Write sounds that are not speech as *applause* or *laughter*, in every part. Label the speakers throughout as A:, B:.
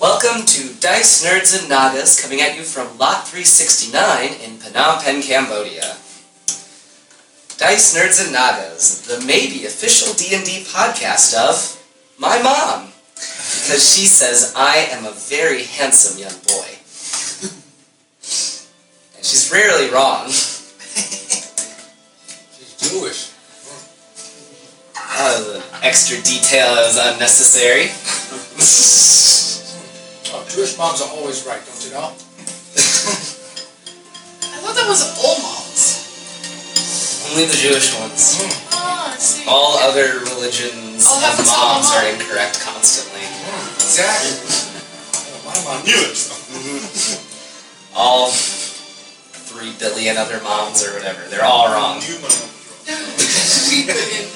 A: Welcome to Dice Nerds and Nagas, coming at you from Lot 369 in Phnom Penh, Cambodia. Dice Nerds and Nagas, the maybe official D&D podcast of my mom, because she says I am a very handsome young boy. And she's rarely wrong.
B: She's Jewish.
A: Uh, the extra detail is unnecessary. *laughs*
B: Oh, Jewish moms are always right, don't you know?
C: I thought that was all moms.
A: Only the Jewish ones.
C: Oh, I see.
A: All other religions
C: Oh,
A: of
C: that's a
A: moms
C: mom.
A: are incorrect constantly.
B: Exactly. Yeah, My mom knew it.
A: All three billion other moms or whatever, they're all wrong.
B: Knew my mom was wrong.
C: *laughs* We couldn't.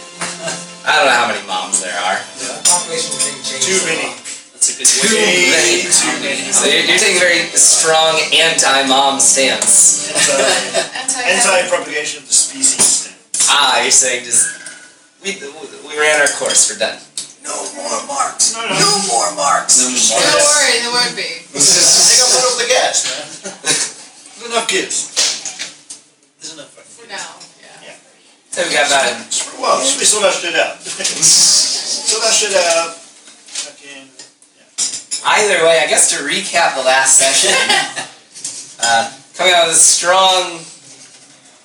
A: I don't know how many moms there are.
B: The population thing changed.
D: Too
B: a
D: many.
B: lot.
D: That's a good
A: Too many.
D: Too many.
A: So you're, you're taking a very strong anti-mom stance.
D: Anti-
C: Anti.
D: *laughs* Anti-propagation of the species.
A: Ah, you're saying just we we ran our course. We're done.
D: No more marks. No, more marks. No
C: Don't worry, there won't be.
D: Take a foot off the gas, man. There's enough kids. There's enough.
C: For now. Yeah.
A: So we got about
D: Well, we sort that shit *laughs* out. sort that shit out. Fucking.
A: Either way, I guess to recap the last session, uh, coming out with a strong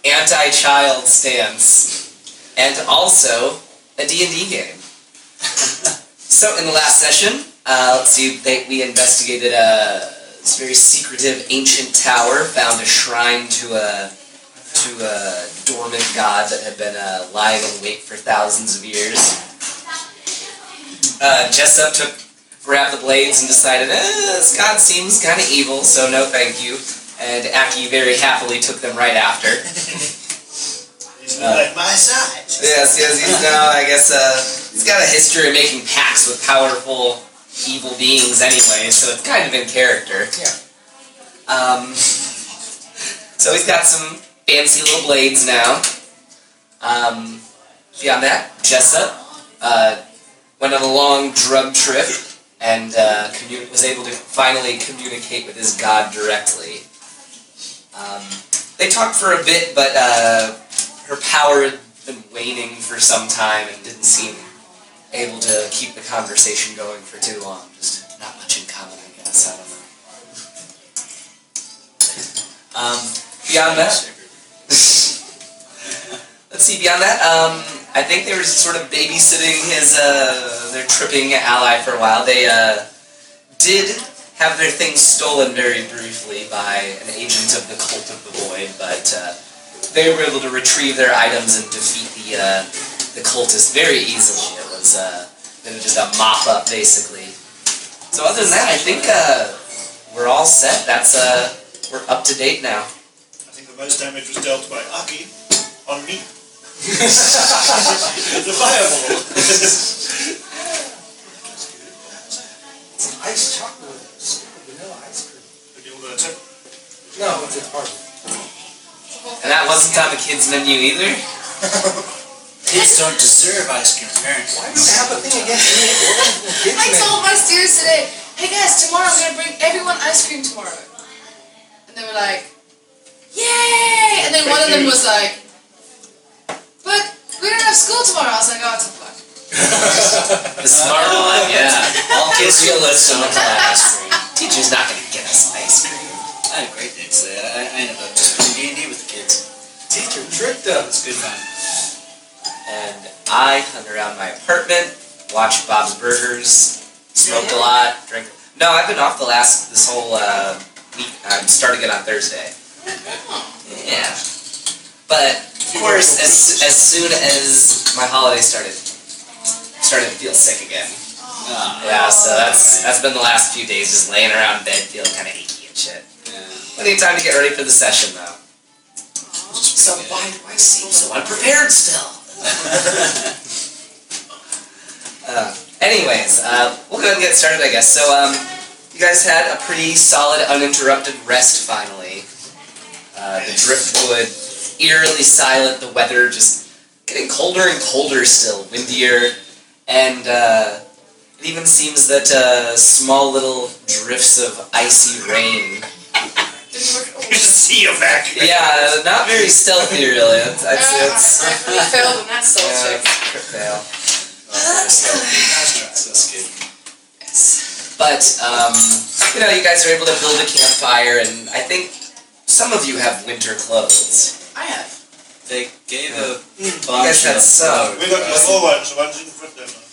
A: anti-child stance, and also a D&D game. so in the last session, uh, let's see, they, we investigated a this very secretive ancient tower, found a shrine to a to a dormant god that had been uh, lying in wait for thousands of years. Uh, Jessup took grabbed the blades and decided, eh, this god seems kind of evil, so no thank you. And Aki very happily took them right after.
D: He's
A: Uh,
D: like my size.
A: yes, yes, he's now, I guess, uh, he's got a history of making pacts with powerful evil beings anyway, so it's kind of in character.
B: Yeah.
A: Um, so he's got some fancy little blades now. Um, beyond that, Jessup uh, went on a long drug trip and uh, commu- was able to finally communicate with his god directly. Um, they talked for a bit, but uh, her power had been waning for some time and didn't seem able to keep the conversation going for too long. Just not much in common, I guess. I don't know. Um, beyond that, *laughs* let's see. Beyond that, um, I think they were sort of babysitting his uh, their tripping ally for a while. They uh, did have their things stolen very briefly by an agent of the cult of the void, but uh, they were able to retrieve their items and defeat the uh, the cultist very easily. It was uh, it was just a mop up basically. So other than that, I think uh, we're all set. That's uh, we're up to date now.
D: I think the most damage was dealt by Aki on *laughs* me. the fireball.
B: It's Ice chocolate. It's Vanilla ice cream.
D: Okay, well, that's it.
B: No, it's a party.
A: And that wasn't on the kids' menu either.
E: Kids don't deserve ice cream, parents.
B: Why do you have a thing against me?
C: I told my students today, hey guys, tomorrow I'm gonna bring everyone ice cream tomorrow. And they were like, yay! And then one of them was like, but we don't have school tomorrow. I was like, oh, it's a fuck.
A: The smart one, yeah. All kids realists don't like ice cream. Teacher's not gonna get us ice cream.
E: I had a great day today. I, I ended up just playing D&D with the kids.
B: Teacher tricked us.
E: It's good fun.
A: And I hung around my apartment, watched Bob's Burgers, smoked a lot, drank. No, I've been off the last this whole uh, week. I'm starting it on Thursday. Yeah. But of course, as as soon as my holiday started, started to feel sick again.
E: Ah,
A: Yeah, so that's that's been the last few days, just laying around in bed, feeling kind of achy and shit.
E: yeah.
A: Plenty of time to get ready for the session, though. So why do I seem so unprepared still? *laughs* Uh, anyways, uh, we'll go ahead and get started, I guess. So, um, you guys had a pretty solid, uninterrupted rest finally. Uh, the driftwood, eerily silent. The weather just getting colder and colder still, windier, and uh, It even seems that uh, small little drifts of icy rain.
C: Didn't work at all.
D: You should *laughs* see a vacuum.
A: Yeah, not very stealthy, really. It's, it's,
C: *laughs* Ah, I really failed in that soul
A: Yeah.
C: check.
A: it's fail.
E: That's good.
C: Yes.
A: But um, you know, you guys are able to build a campfire, and I think some of you have winter clothes.
C: I have.
E: They gave a
A: Mm.
E: bunch
A: guys had
E: of
A: some.
D: We got the low ones, the ones you put them on.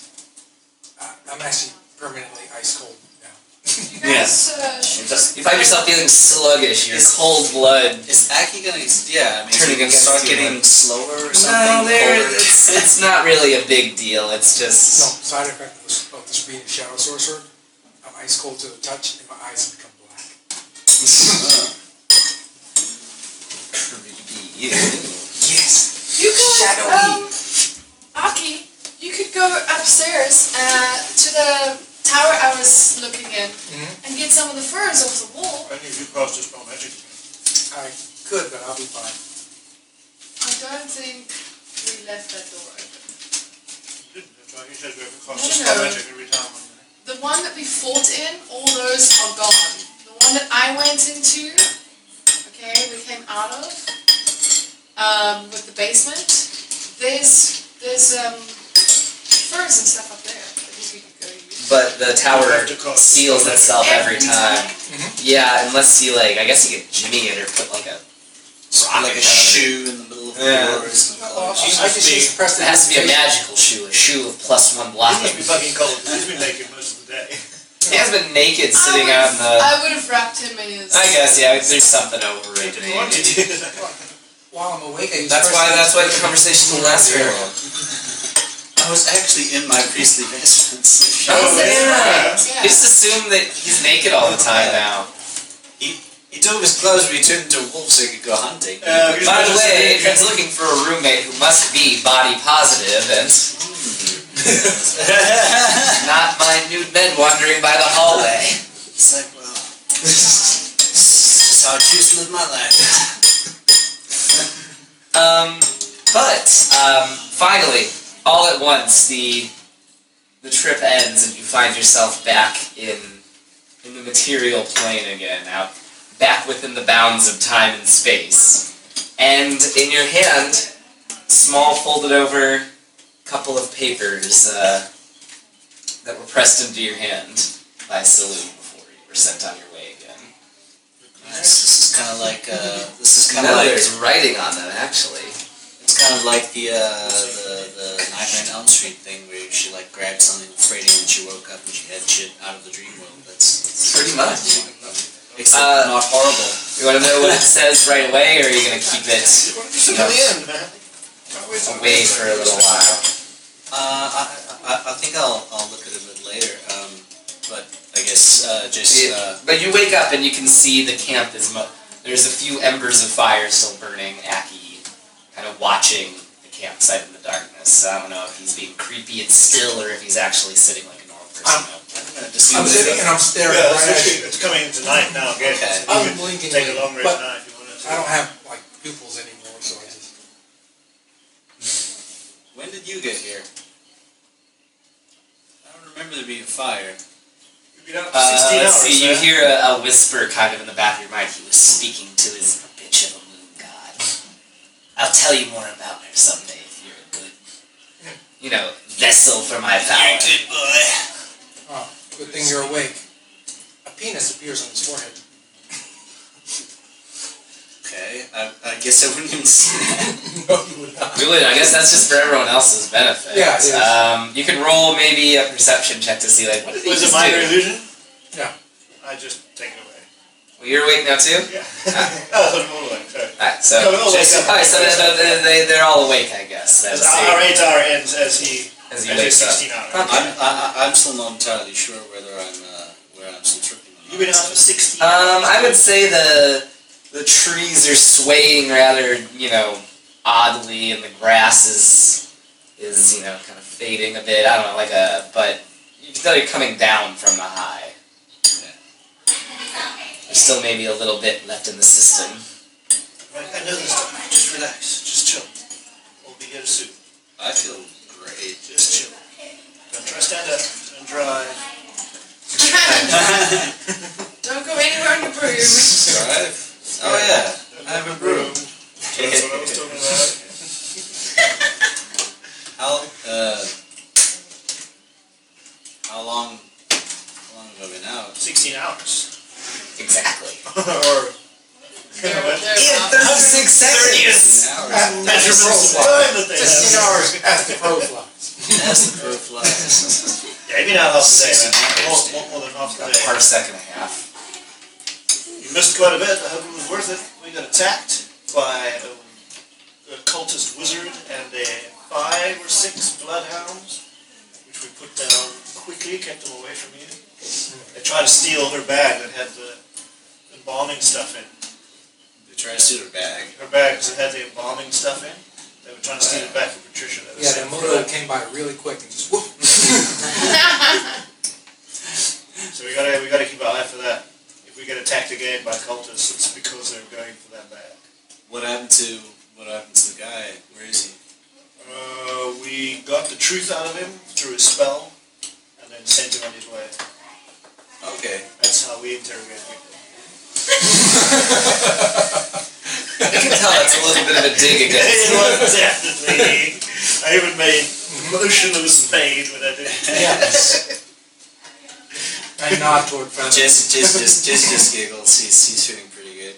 B: I- I'm actually permanently ice cold now.
C: You guys,
E: Yes.
C: uh, should-
A: You find yourself feeling sluggish. Your cold blood.
E: Is Aki gonna? Yeah, I
A: Turning
E: mean, is he gonna
A: against
E: start
A: you,
E: getting
A: like-
E: slower or something?
A: there-
E: Colder?
A: it's, it's not really a big deal. It's
B: No,
A: just
B: side effect of this- of this being a shadow sorcerer, I'm ice cold to the touch and my eyes become black.
A: creepy.
B: Yes.
C: you could,
A: Shadowy.
C: um, Aki, you could go upstairs uh, to the tower I was looking in
A: Mm-hmm.
C: and get some of the furs off the wall.
D: I knew you caused this spell magic.
B: I could, but I'll be fine.
C: I don't think we left that door open.
D: You didn't. That's why he says we have to cost this
C: No,
D: spell
C: no.
D: magic every time.
C: The one that we fought in, all those are gone. The one that I went into, okay, we came out of, um, with the basement. There's there's um, furs and stuff up there that we could go use.
A: But the tower
D: have to call-
A: seals itself every time.
C: time.
A: Yeah, unless you like, I guess you could Jimmy it or put like a.
E: like a shoe in the middle of the
A: Yeah.
E: floor or something.
B: I
D: Jesus,
B: just
D: be-
B: use press
A: It has to be a magical shoe, a shoe of plus one
D: He must
A: blocking.
D: be fucking cold. He's been naked most of the day.
A: He has been naked sitting
C: I
A: out in
C: would've-
A: the.
C: I would have wrapped him in his.
A: I guess yeah, there's something over
D: He
A: it.
D: didn't want you to
A: *laughs*
D: do that.
B: While I'm awake, I use
A: That's
B: press
A: why.
B: to-
A: That's why the conversation didn't last very long.
E: I was actually in my priestly
A: *laughs*
E: vestments.
A: Oh, yeah.
C: Yeah.
A: Just
C: *laughs*
A: assume that he's naked all the time now.
E: He took his clothes, but he turned into a wolf so he could go hunting. *laughs*
D: Uh, we just
A: By the
D: noticed
A: way,
D: that-
A: he's looking for a roommate who must be body positive and not my nude men wandering by the hallway.
E: it's like, well,
A: *laughs*
E: this is how Jews live my life.
A: Um, but um, finally, all at once, the the trip ends, and you find yourself back in in the material plane again, out back within the bounds of time and space. And in your hand, small folded over couple of papers uh, that were pressed into your hand by Salu before you were sent on your way again.
E: Nice. This is kind of like uh, this is kind of
A: No,
E: like
A: there's writing on them actually.
E: it's kind of like the uh, the the Nightmare on Elm Street thing where she like grabbed something off Freddy and she woke up and she had shit out of the dream world. That's, that's
A: Pretty much.
E: except
A: Uh,
E: not horrible.
A: You want to know what it says right away, or are you going to keep it
D: You want to sit on the end, man.
A: away for a little while?
E: Uh, I, I, I think I'll, I'll look at it a bit later. Um, but I guess uh, just uh,
A: But you wake up and you can see the camp is. Mo- There's a few embers of fire still burning. Aki, kind of watching the campsite in the darkness. So I don't know if he's being creepy and still, or if he's actually sitting like a normal person.
B: Um,
E: I'm gonna just
B: I'm sitting and I'm
D: Yeah,
B: staring
D: it's,
B: right at you.
D: actually- it's coming in tonight now, I guess.
E: Okay.
D: So you
B: I'm
D: could
B: blinking
D: Take
B: in,
D: a long rest
B: but
D: now if you want to.
B: I don't have like pupils anymore, so I just.
E: When did you get here? I don't remember there being a fire.
D: You've been out for
A: Uh,
D: 16
A: let's
D: hours.
A: see, you
D: huh?
A: hear a, a whisper kind of in the back of your mind. He was speaking to his bitch of a moon god. I'll tell you more about her someday if you're a good, you know, vessel for my power.
E: good boy.
B: Oh, good thing you're awake. A penis appears on his forehead.
E: Okay, I, I guess I wouldn't even see that.
B: No, you would not.
A: Good. I guess that's just for everyone else's benefit.
B: Yeah, it is.
A: Um, you can roll maybe a perception check to see like what did he
D: Was it
A: just
D: minor
A: do?
D: illusion?
B: No.
D: I just take it away.
A: Well, you're awake now too.
D: Yeah. oh, I'm all awake, sorry.
A: All right, so
D: No, we're all awake.
A: all right, so they, they, they, are all awake, I guess. Then,
D: As
A: see,
D: our radar ends as he,
A: as
D: as
A: he
D: he
A: wakes up.
D: 16 hours.
A: Huh.
E: *laughs* I'm, I, I- I'm still not entirely sure whether I'm uh, where I'm still tripping. or
D: You've been
E: not.
D: out for 16
A: Um,
D: hours.
A: I would say the the trees are swaying rather, you know, oddly, and the grass is is you know kind of fading a bit. I don't know, like a but you can tell you're coming down from the high. There's still maybe a little bit left in the system.
D: Right, I know this stuff. Just relax. Just chill. We'll be here soon.
E: I feel great.
D: Just chill. Don't try to stand up. and drive.
C: Don't go anywhere in the room.
E: Drive. Oh yeah. I have a broom.
D: That's what I was talking about.
E: *laughs* How uh, how long how long have I been out?
D: 16 hours. *laughs*
A: Exactly.
D: or
C: They're- they're
A: Yeah,
C: about-
A: 36 seconds.
E: 16 hours.
D: measurements of time that they have.
B: 16 hours past the crow flies.
E: *laughs* That's the proof lies.
D: Yeah, maybe not half a day, man.
E: 16 hours,
D: More, more, more than half a
A: A
D: day.
A: parsec and a half.
D: You missed quite a bit. I hope it was worth it. We got attacked by a, a cultist wizard and a five or six bloodhounds, which we put down quickly, kept them away from you. They tried to steal her bag that had the embalming stuff in.
E: They try to steal her bag.
D: Her bag because it had the embalming stuff in. They were trying to steal it back from Patricia. That was
B: Yeah,
D: sent
B: that
D: for her.
B: mother came by really quick and just whoop.
D: So we gotta we gotta keep our eye for that. If we get attacked again by cultists, it's because they're going for that bag.
E: What happened to what happened to the guy? Where is he?
D: Uh, we got the truth out of him through a spell, and then sent him on his way.
E: Okay.
D: That's how we interrogate people.
A: You can tell *laughs* that's a little bit of a dig
D: *laughs* It
A: against
D: was definitely. I even made motion of a spade when I did. it.
B: Yes. I nod toward Feather.
E: Jess Jess just Jess just giggles. He's he's feeling pretty good.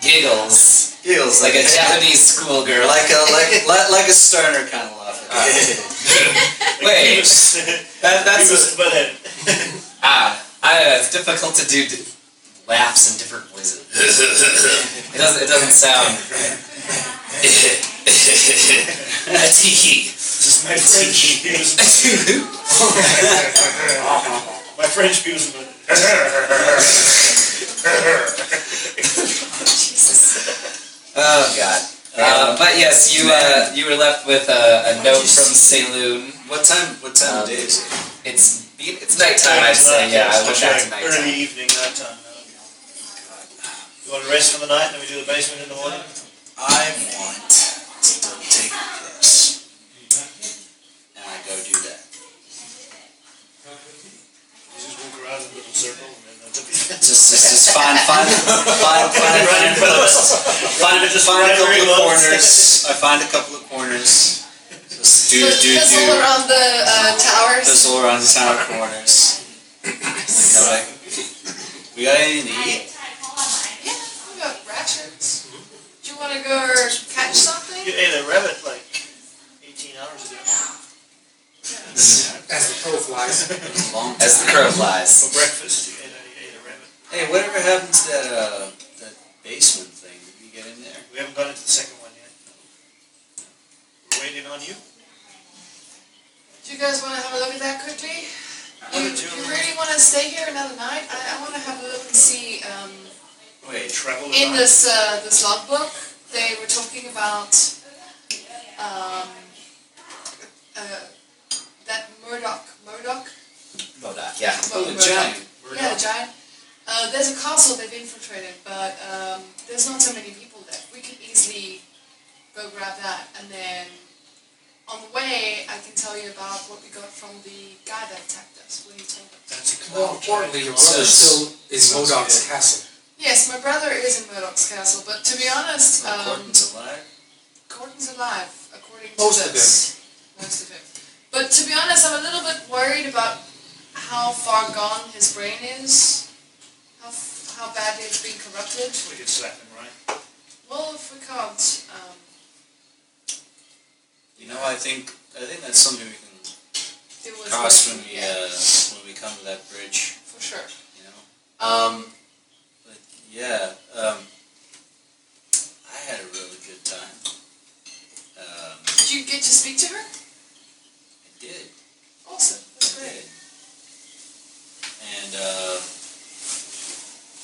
A: giggles.
E: giggles
A: Like a Japanese
E: Or
A: schoolgirl. Like,
E: like a like like, like a stoner kind of laugh.
D: Like, he
A: Wait.
D: was- *laughs* he
A: that, that's a-
D: was butthead.
A: Ah, I, it's difficult to do d- laughs in different voices. it doesn't. It doesn't sound. *laughs*
E: *laughs*
A: a tiki.
D: Just my French. He was,
A: A tulu.
D: my French. He was butthead.
A: Oh God. Uh, but yes, you uh, you were left with a, a note from Saloon.
E: what time? What time of day is it?
A: It's be- it's nighttime. I'd say. Yeah, I went back to
D: Like
A: nighttime.
D: Early evening, nighttime. You want to rest for the night, then we do the basement in the morning?
E: I want to take a piss, and I go do that.
D: Just walk around in a little circle and then that'll be *laughs*
E: Just just just find find find find
D: Right in
E: find
D: front of us.
E: Find,
D: Just
E: find a couple
D: wherever he
E: of
D: looks.
E: corners. I find a couple of corners. Just do
C: Put
E: do
C: Pistol
E: do.
C: around the uh, towers.
E: Pistol around the town corners. Come back. We got anything to eat?
C: Yeah, we got ratchets. Do you want to go catch something?
D: You ate a rabbit like 18 hours ago.
B: As the crow flies.
E: Long time.
A: As the crow flies.
D: For breakfast, you ate a, you ate a rabbit.
E: Hey, whatever happened to that uh, that basement thing? Did we get in there?
D: We haven't gone into the second one yet. We're waiting on you.
C: Do you guys want to have a look at that quickly? You,
D: Wanna do
C: you
D: it?
C: really want to stay here another night? I, I want to have a look and see. Um,
E: Wait,
D: Travel with
C: in
D: us.
C: this uh, this logbook, they were talking about um, uh, that Murdoch, Murdoch,
A: Modoc. Yeah.
E: oh, the
C: Murdoch.
E: giant.
C: Yeah, the giant. Uh, there's a castle they've infiltrated, but um, there's not so many people there. We could easily go grab that, and then on the way, I can tell you about what we got from the guy that attacked us. Will you tell us?
D: That's a
B: More importantly, your
E: So
B: brother
E: it's-
B: still is
E: sounds
B: Modok's
E: good.
B: castle.
C: Yes, my brother is in Murdoch's castle, but to be honest,
E: The
C: um,
E: Gordon's alive.
C: Gordon's alive, according to
B: Most of
C: this. Most of him. But to be honest, I'm a little bit worried about how far gone his brain is, how, f- how badly it's been corrupted.
D: We could slap him, right?
C: Well, if we can't, um,
E: You know, I think I think that's something we can
C: deal with
E: cross
C: it.
E: when we uh, when we come to that bridge.
C: For sure.
E: You know.
C: Um,
E: But yeah, um, I had a really good time. Um,
C: did you get to speak to her?
E: I did.
C: Awesome. That's
E: I
C: great.
E: did. And uh,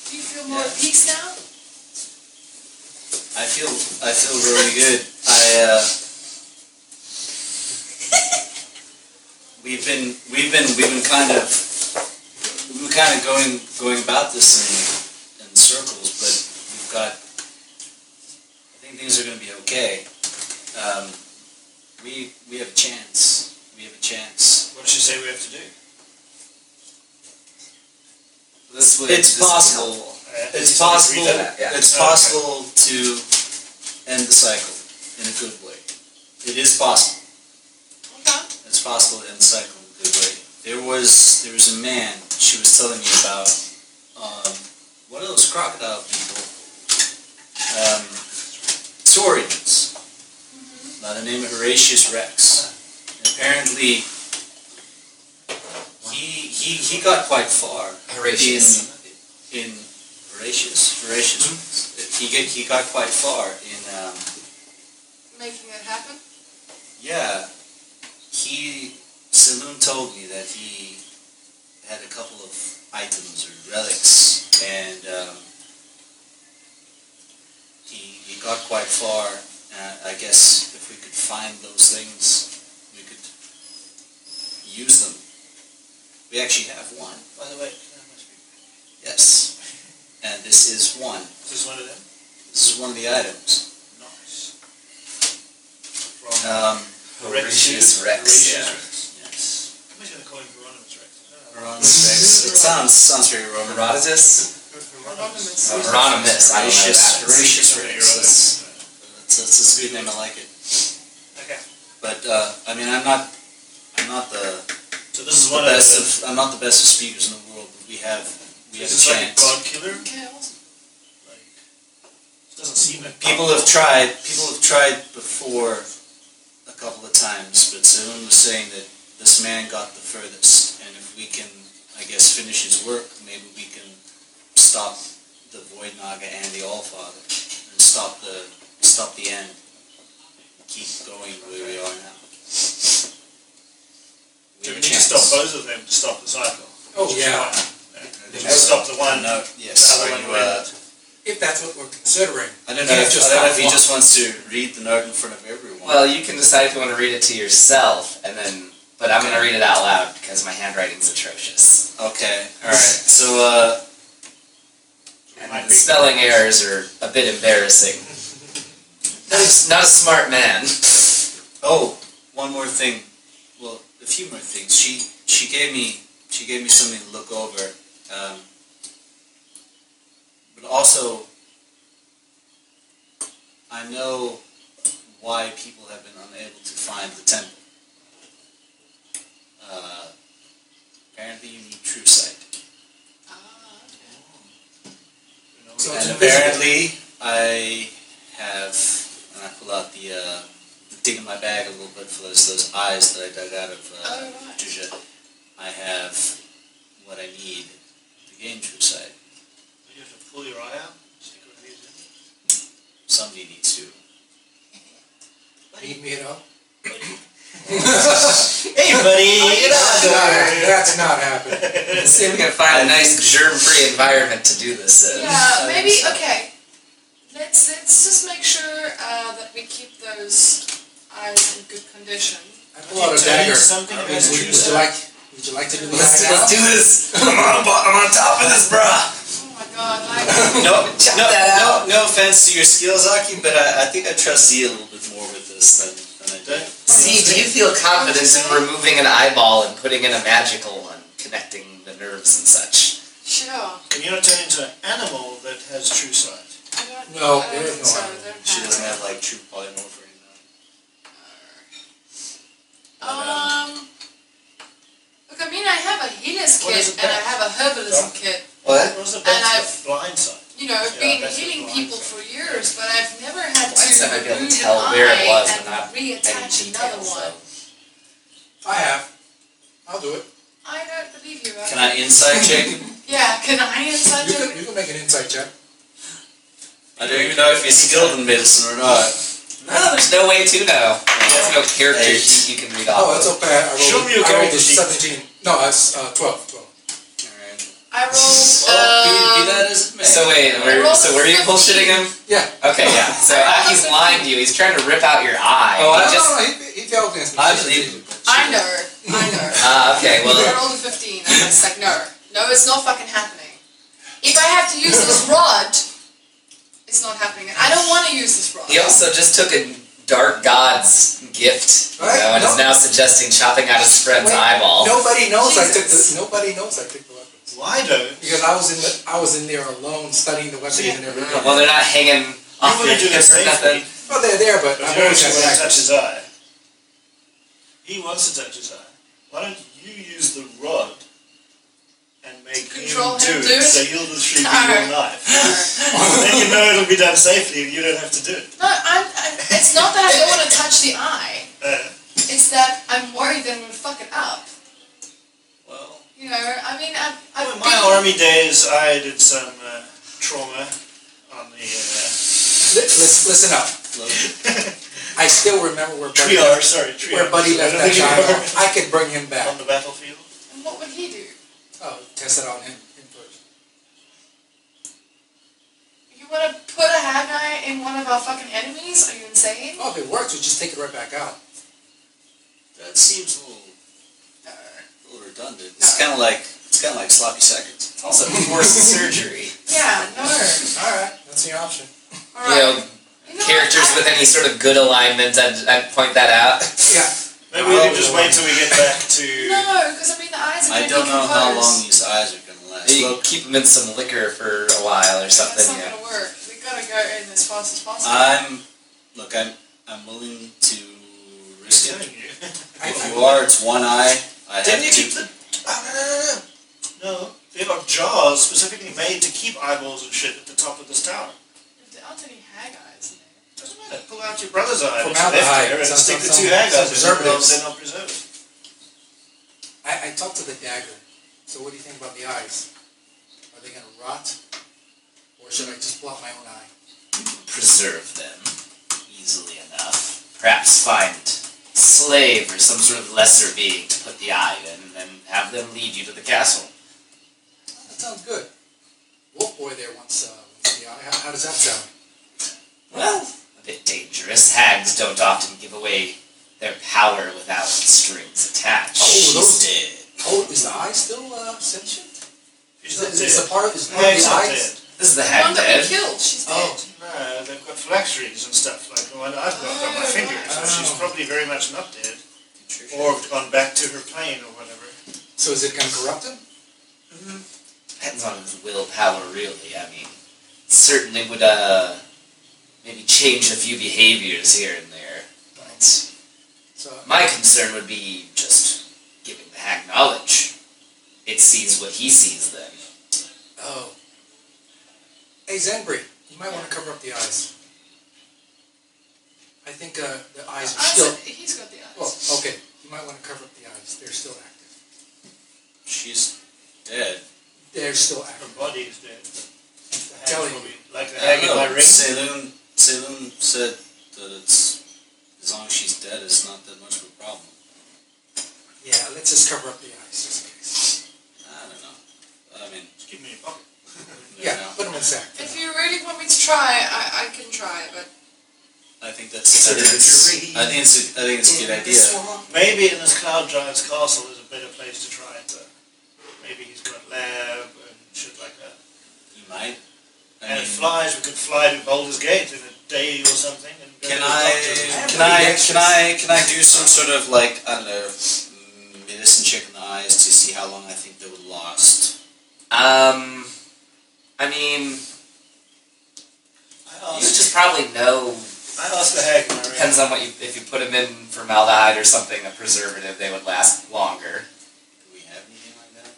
C: Do you feel more
E: Yeah.
C: at peace now?
E: I feel I feel really good. I uh, we've been we've been we've been kind of we've been kind of going going about this in in circles, but we've got. I think things are going to be okay. Um, we we have a chance. we have a chance.
D: What does she say we have to do?
A: This would.
E: It's
A: this would be
E: possible.
A: helpful.
D: Uh,
E: It's
D: you wanna
E: possible.
D: read that?
A: Yeah.
E: It's
D: Okay.
E: possible to end the cycle in a good way. It is possible.
C: Okay.
E: It's possible to end the cycle in a good way. There was there was a man. She was telling me about um, one of those crocodile people. Um, Saurians,
C: Mm-hmm.
E: by the name of Horatius Rex. And apparently, he he he got quite far
A: Horatius.
E: in in Horatius Horatius. He get he got quite far in. Um,
C: Making it happen.
E: yeah, he Saloon told me that he had a couple of items or relics, and um, he he got quite far. Uh, I guess if we could find those things, we could use them. We actually have one.
D: By the way, that must be-
E: Yes, and this is one.
D: is this one of them?
E: This is one of the items.
D: Nice.
E: Uh,
D: From
E: Um,
A: Horatius Rex.
D: Horatius
A: Yeah.
D: Rex.
E: yes.
D: I'm just gonna call him Hieronymus Rex. I don't know.
E: Hieronymus Rex. It sounds sounds very Roman.
A: Herodotus.
D: Hieronymus.
A: Uh, Hieronymus. I don't know
E: Horatius,
A: that.
E: Horatius Rex. That's, that's, that's a good name. I like it.
D: Okay.
E: But uh, I mean, I'm not, I'm not the,
D: So this is
E: the
D: one of the.
E: best of, I'm not the best of speakers in the world. But we have, we have
D: This is
E: a
D: like a
E: chance.
D: god killer.
C: Okay. Awesome.
D: Like, it doesn't seem like
E: People have tried. People have tried before, a couple of times. But someone was saying that this man got the furthest, and if we can, I guess, finish his work, maybe we can stop the Void Naga and the Allfather, and stop the stop the end. Keep going where we are now.
D: Do
E: have
D: we
E: a
D: need to
E: chance.
D: stop both of them to stop the cycle?
B: Oh,
D: Just
B: yeah.
D: one. Yeah. Just stop the one.
E: No, yes.
D: The
E: Are
D: other
E: you,
D: one
E: uh,
B: If that's what we're considering.
E: I don't know.
B: Can't
E: If,
B: just
E: I don't know
B: have
E: if he
B: one.
E: just wants to read the note in front of everyone.
A: Well, you can decide if you want to read it to yourself, and then. But I'm gonna read it out loud because my handwriting's atrocious,
E: okay. All right. So, uh,
A: and the spelling errors are a bit embarrassing. Not a, not a smart man.
E: oh, one more thing. Well, a few more things. She she gave me she gave me something to look over, um, but also I know why people have been unable to find the temple. Uh, apparently, you need true sight.
C: Ah, okay.
B: So it's
E: and
B: invisible.
E: apparently, I have, and I pull out the, uh, dig in my bag a little bit for those, those eyes that I dug out of uh,
C: Oh, right.
E: Jujut. I have what I need to gain true sight.
D: You have to pull your eye out. Stick it with these in.
E: Somebody needs to.
B: Eat me it up.
E: Hey, buddy! Get out
B: That's not hap- that's not happening.
A: Let's see if we can find a nice germ-free environment to do this in. *laughs*
C: Yeah,
E: I
C: maybe
E: think so.
C: okay. Let's let's just make sure uh, that we keep those eyes in good condition.
B: I pull out a dagger.
D: Something
B: Would
D: has
B: you- would
D: true
B: you like,
D: sight.
B: would you like to do the
A: Let's,
B: hideout?
A: let's do this. I'm on, bo- I'm on top of this, bruh.
C: Oh my god, like
E: No,
A: Check
E: no,
A: that
E: no,
A: out.
E: no offense to your skills, Aki, but I, I think I trust Z a little bit more with this than, than I do.
D: Don't-
A: See, do you feel confidence in removing an eyeball and putting in a magical one, connecting the nerves and such?
C: sure.
D: Can you not turn into an animal that has true sight?
C: I don't.
B: No,
C: I
B: there
C: don't
B: is no
C: think so.
B: animal.
C: They don't
E: She
C: have
E: doesn't
C: it.
E: have like true polymorph or anything.
C: Um. Look, I mean, I have a healer's
D: What is
C: kit
D: it
C: and I
D: that-
C: have a herbalism kit.
A: What?
D: What was the
C: And
D: best
C: I've-
D: stuff? Blind sight.
C: You know, I've
D: Yeah,
C: been
D: that's
C: healing
D: the
C: people
D: blind
C: for years, but I've never had
A: Blind
C: to
A: side might be able to
C: remove an
A: tell where it was
C: eye
A: and not
C: and reattach another one.
B: I have. I'll do it.
C: I don't believe you.
E: Can I inside check?
C: Yeah, can I inside
B: You
C: joke?
B: can, you can make an insight check.
E: I don't even know if you're skilled in medicine or not.
A: No, Ah, there's no way to know. There's no character
E: Hey.
A: sheet you can read off.
B: Oh, that's okay. I rolled,
D: Show me your
B: I rolled
D: character
B: a
D: sheet.
B: 17. No, that's uh, 12. 12.
E: Alright.
C: I um,
E: Well, be, be
C: rolled.
E: that as it may.
A: Uh, So wait,
C: I
A: were,
C: rolled
A: so
C: a
A: were you
C: 15.
A: bullshitting him?
B: Yeah.
A: Okay, yeah. So Aki's lying to you. He's trying to rip out your eye.
E: Oh,
A: He
E: I
B: no,
A: just.
B: no, no, he, he failed this.
E: I believe you.
B: *laughs*
C: I know, I know.
A: Ah, okay.
C: I
A: Well,
C: rolled a 15. I was like, no, no, it's not fucking happening. If I have to use this rod, it's not happening. And I don't want to use this rod.
A: he also just took a Dark God's gift, you
B: Right?
A: know, and is
B: No.
A: now suggesting chopping out his friend's
B: Wait,
A: eyeball.
B: Nobody knows I took
C: Jesus.
B: the. Nobody knows I took the weapons
D: Why don't
B: because I was in the. I was in there alone studying the weapons and everything.
A: Well, they're not hanging off your
D: you want to do this
A: hips or nothing.
D: safely?
B: Well, they're there, but
D: But
B: I've
D: he
B: always had
D: actually wants to touch
B: access.
D: his eye. He wants to touch his eye. Why don't you use the rod and make
C: Control
D: him
C: him,
D: do
C: do
D: it
C: it?
D: so you'll
C: *laughs*
D: just free your
C: Alright.
D: knife? then you know it'll be done safely and you don't have to do it.
C: No, I'm, I'm, it's not that I don't want to touch the eye.
D: Uh,
C: It's that I'm worried that I'm going to fuck it up.
D: well,
C: You know, I mean, I've, I've
D: well, in
C: been...
D: my army days, I did some uh, trauma on the uh,
B: Li- lis- Listen up. *laughs* I still remember where Buddy,
D: triage, sorry, triage.
B: where Buddy *laughs* left
D: I don't
B: that
D: think you
B: child.
D: were *laughs*
B: I could bring him back.
D: on the battlefield.
C: And what would he do?
B: Oh, test it on him, him first.
C: You want to put a Haggai in one of our fucking enemies? Are you insane?
B: Oh, if it works, we just take it right back out.
E: That seems a little,
C: No.
E: a little redundant. It's kind of like it's kind of like sloppy seconds.
A: Also, *laughs* forced surgery.
C: Yeah, no.
B: All right, that's your option.
C: All
A: You
C: right.
A: know,
C: You know
A: characters
C: what?
A: with any sort of good alignment, I'd, I'd point that out.
B: Yeah.
D: Maybe
B: No,
D: we
B: I
D: can
B: was
D: just
B: the
D: wait
B: one.
D: till we get back
B: *laughs*
D: to.
C: No, because I mean the eyes are
E: I
C: going to
E: don't know how long
C: decomposed.
E: these eyes are gonna last.
A: You
E: Look,
A: keep them in some liquor for a while or
C: That's
A: something.
C: not
A: Yeah.
C: going to work. we got to go in as fast as possible.
E: I'm look. I'm I'm willing to risk
D: Telling
E: it.
D: you. *laughs* Oh,
B: I,
E: If
B: I,
E: you are, it's one eye. I have
D: Didn't you keep the?
E: two.
D: Oh, no, no, no, no. No, there are jars specifically made to keep eyeballs and shit at the top of this tower.
C: There aren't any Haggai's in there.
D: Doesn't matter. Pull out your brother's eye,
B: From
D: which is
B: out the
D: left
B: eye.
D: there, and
B: Some-
D: stick
B: some-
D: the two
B: some- some
D: haggards in, and they'll-
B: preservatives.
D: then I'll preserve it.
B: I, I talked to the dagger. So what do you think about the eyes? Are they gonna rot, or should I just blot my own eye?
A: preserve them easily enough. Perhaps find slave or some sort of lesser being to put the eye in, and then have them lead you to the castle.
B: That sounds good. Wolf boy there wants uh, wants the eye. How, how does that sound?
A: Well, a bit dangerous. Hags don't often give away their power without strings attached.
B: Oh, those-
A: dead.
B: Oh, is the eye still uh, sentient?
D: He's
B: Is,
D: not
B: it- is the
D: dead.
B: part is part
D: No,
B: of
D: he's
B: the
D: not
B: eyes?
D: dead.
A: This is the
C: The
A: hag
C: one that we
A: dead.
C: killed, she's dead.
B: Oh.
D: No, Uh, they've got phylacteries and stuff, like the one I've got on my
C: Oh,
D: finger. So
B: right.
E: Ah.
D: she's
B: Oh.
D: probably very much not dead, or have gone back to her plane or whatever.
B: So is it gonna corrupt him?
A: Depends on his willpower, really. I mean, certainly would uh maybe change a few behaviors here and there, but.
B: So
A: My concern would be just giving the hack knowledge. It sees what he sees then.
B: oh. Hey Zenbri, you might want to cover up the eyes. I think uh, the eyes are
C: Eyes-
B: still. Oh.
C: he's got the eyes.
B: Well, okay. You might want to cover up the eyes. They're still active.
E: She's dead.
B: They're still active.
D: Her body is dead. The hag
B: Telling
D: probably- Like the
E: I
D: hag
E: don't
D: in my
E: know.
D: ring.
E: Saloon Saloon said that it's as long as she's dead, it's not that much of a problem.
B: Yeah, let's just cover up the eyes just in case.
E: I don't know. I mean,
D: Just keep me in your pocket.
E: you
B: Yeah,
E: know,
B: put them in sack.
C: If you really want me to try, I, I can try, but
E: I think that's. I think it's. I think it's. A, I think it's
B: Mm,
E: a good idea.
D: Maybe in this Cloud Giant's castle is a better place to try it, though. Maybe he's got lab and shit like that.
E: You might.
D: and
E: I
D: it
E: mean,
D: flies, we could fly to Boulder's Gate in a day or something. And go
E: Can
D: to the
E: I,
D: doctor's.
E: can I, can I, can I do some sort of like, I don't know, mm, medicine check in the eyes to see how long I think they would last?
A: Um, I mean,
D: I
A: you
D: asked,
A: just probably know.
D: I asked the hag, in my room,
A: Depends on what you. If you put him in formaldehyde or something, a preservative, they would last longer.
E: Do we have anything like that?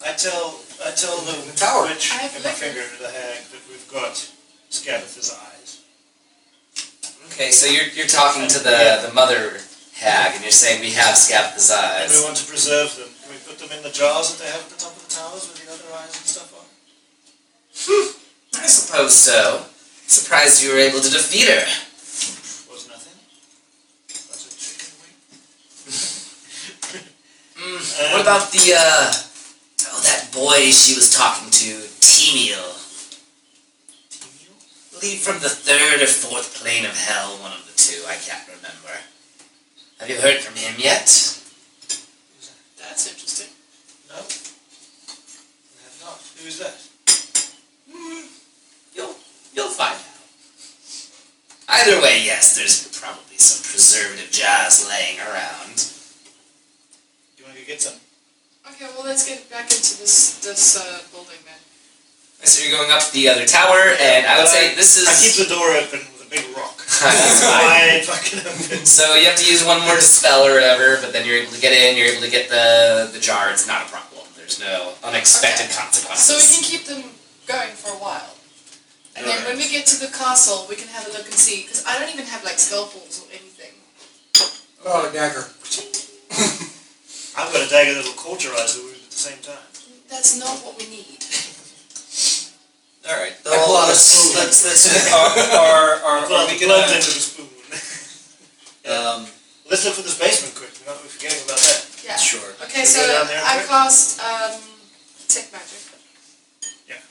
D: I tell, I tell the,
B: The tower.
D: witch
C: I have
D: in my
C: liquor.
D: finger to the hag that we've got Scabbeth's eyes.
A: Okay, so you're, you're talking to the, the mother hag, and you're saying we have Scabbeth's
D: And we
A: eyes.
D: want to preserve them. Can we put them in the jars that they have at the top of the towers with the other eyes and stuff on?
A: I suppose so. Surprised you were able to defeat her.
D: Was nothing. That's a chicken wing.
A: Mm, what about the uh, oh that boy she was talking to, Teniel? Leave from the third or fourth plane of hell, one of the two. I can't remember. Have you heard from him yet?
D: That's interesting. No. I have not. Who's that?
A: You'll you'll find out. Either way, yes, there's probably
E: some preservative jars laying around.
D: You want to go get some?
C: Okay, well let's get back into this this uh, building then.
A: So you're going up to the other tower, and I would say this is.
D: I
A: *laughs*
D: keep the *laughs* door open with a big rock.
A: That's
D: Wide fucking open.
A: So you have to use one more spell or whatever, but then you're able to get in. You're able to get the the jar. It's not a problem. There's no unexpected
C: Okay. So we
A: consequences.
C: can keep them going for a while. And then when
E: Alright.
C: we get to the castle, we can have a look and see. Because I don't even have like scalpels or anything.
B: Oh, dagger.
D: I've got a dagger that'll cauterize the wound at the same time.
C: That's not what we need.
E: All right.
B: I pull out a
E: let's,
B: spoon.
E: let's,
B: *laughs*
E: let's, *laughs* are, are, are,
D: Well,
E: are we
D: the blood
E: gonna,
D: into the spoon. *laughs*
E: um,
D: Let's look for this basement quick. We're not forgetting about that.
C: Yeah.
E: sure.
C: Okay, so
D: Should we go down there
C: I
D: quick?
C: cast um, tech magic.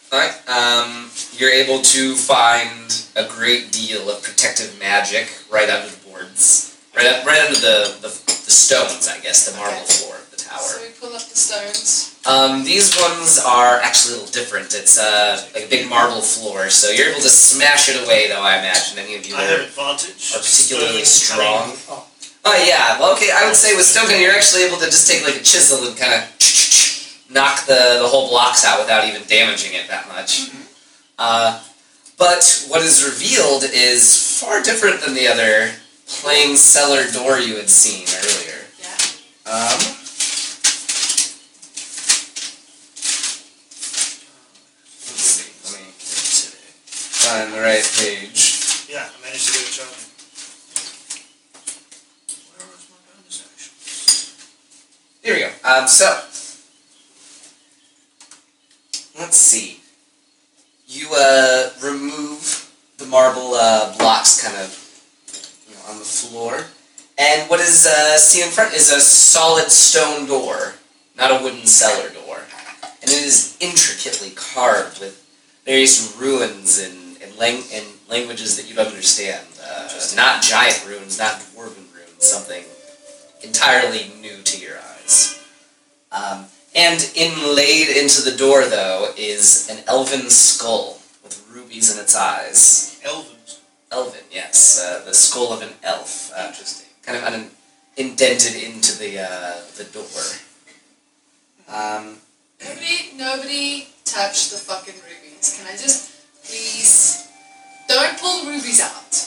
A: Alright, um, you're able to find a great deal of protective magic right under the boards. Right, up, right under the, the, the stones, I guess, the marble
C: Okay.
A: floor of the tower.
C: So we pull up the stones.
A: Um, these ones are actually a little different. It's uh, like a big marble floor, so you're able to smash it away, though, I imagine. Any of you
D: I
A: that
D: have advantage. uh,
A: are particularly
D: Stone cutting.
A: strong.
B: Oh.
A: Oh, yeah. Well, okay, I would say with stone cutting, you're actually able to just take like a chisel and kind of knock the, the whole blocks out without even damaging it that much. Uh, but what is revealed is far different than the other plain cellar door you had seen earlier.
C: Yeah.
A: Um, let's see. Let me find the right page.
D: Yeah, I managed to get a job. Where was my bonus action?
A: Here we go. Um, so let's see. You uh, remove the marble uh, blocks, kind of you know, on the floor, and what is uh, seen in front is a solid stone door, not a wooden cellar door, and it is intricately carved with various ruins and and, lang- and languages that you don't understand. Uh, not giant runes, not dwarven runes, something entirely new to your eyes. Um, and inlaid into the door, though, is an elven skull with rubies in its eyes.
D: Elvins.
A: Elven, yes, uh, the skull of an elf, uh, kind of un- indented into the uh, the door. Um,
C: Nobody, nobody touch the fucking rubies. Can I just please don't pull the rubies out?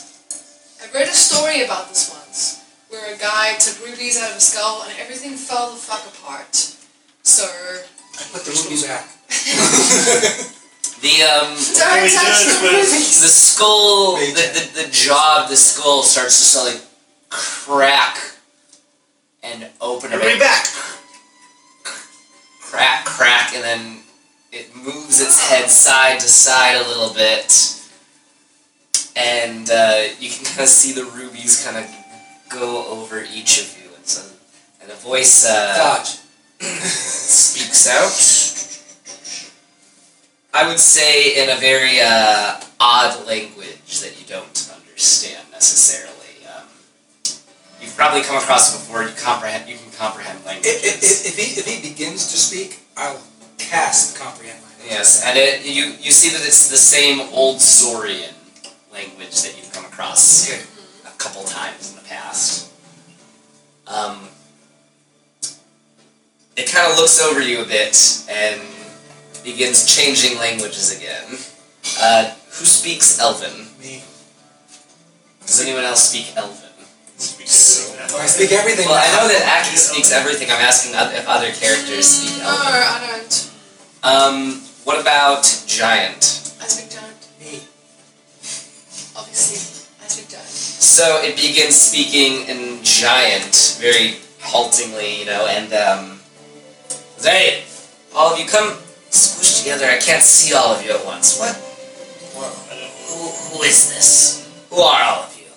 C: I read a story about this once where a guy took rubies out of a skull and everything fell the fuck apart. So
B: I put the ruby back.
A: the um,
C: don't
D: we
C: touch
D: did,
C: the
D: but-
A: the
C: rubies.
A: skull, the, the, the jaw of the skull starts to suddenly crack and open.
D: Everybody
A: up.
D: back!
A: crack, crack, and then it moves its head side to side a little bit, and uh, you can kind of see the rubies kind of go over each of you, and so and a voice uh,
B: Dodge.
A: speaks out. I would say in a very uh, odd language that you don't understand necessarily. Um, you've probably come across it before. You comprehend. You can comprehend languages.
B: If, if, if, if, he, if he begins to speak, I'll cast comprehend language.
A: Yes, and it, you you see that it's the same old Zorian language that you've come across
B: Okay.
A: a couple times in the past. Um, it kind of looks over you a bit and begins changing languages again. Uh, who speaks Elven?
B: Me.
A: Does anyone else speak Elven?
D: So,
B: Oh, I speak everything.
A: Well, I
B: now.
A: know that Aki speaks everything. I'm asking oth- if other characters speak *laughs*
C: No,
A: Elven.
C: I don't.
A: Um, what about Giant?
C: I speak giant.
B: Me.
C: Obviously, I speak giant.
A: So it begins speaking in giant, very haltingly, you know, and um, hey, all of you come squish together. I can't see all of you at once. What?
D: I don't
A: Who, who is this? Who are all of you?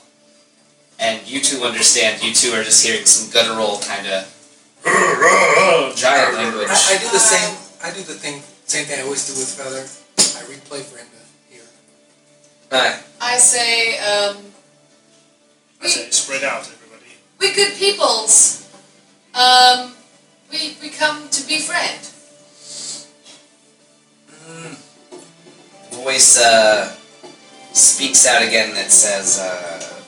A: And you two understand. You two are just hearing some guttural kind of *laughs* giant language.
B: I, I do the same. I do the thing. Same thing I always do with Feather. I replay for him to hear.
A: Alright.
C: I say, um,
D: I say spread out, everybody.
C: We good peoples. Um, we we come to befriend.
A: voice uh, speaks out again that says, uh,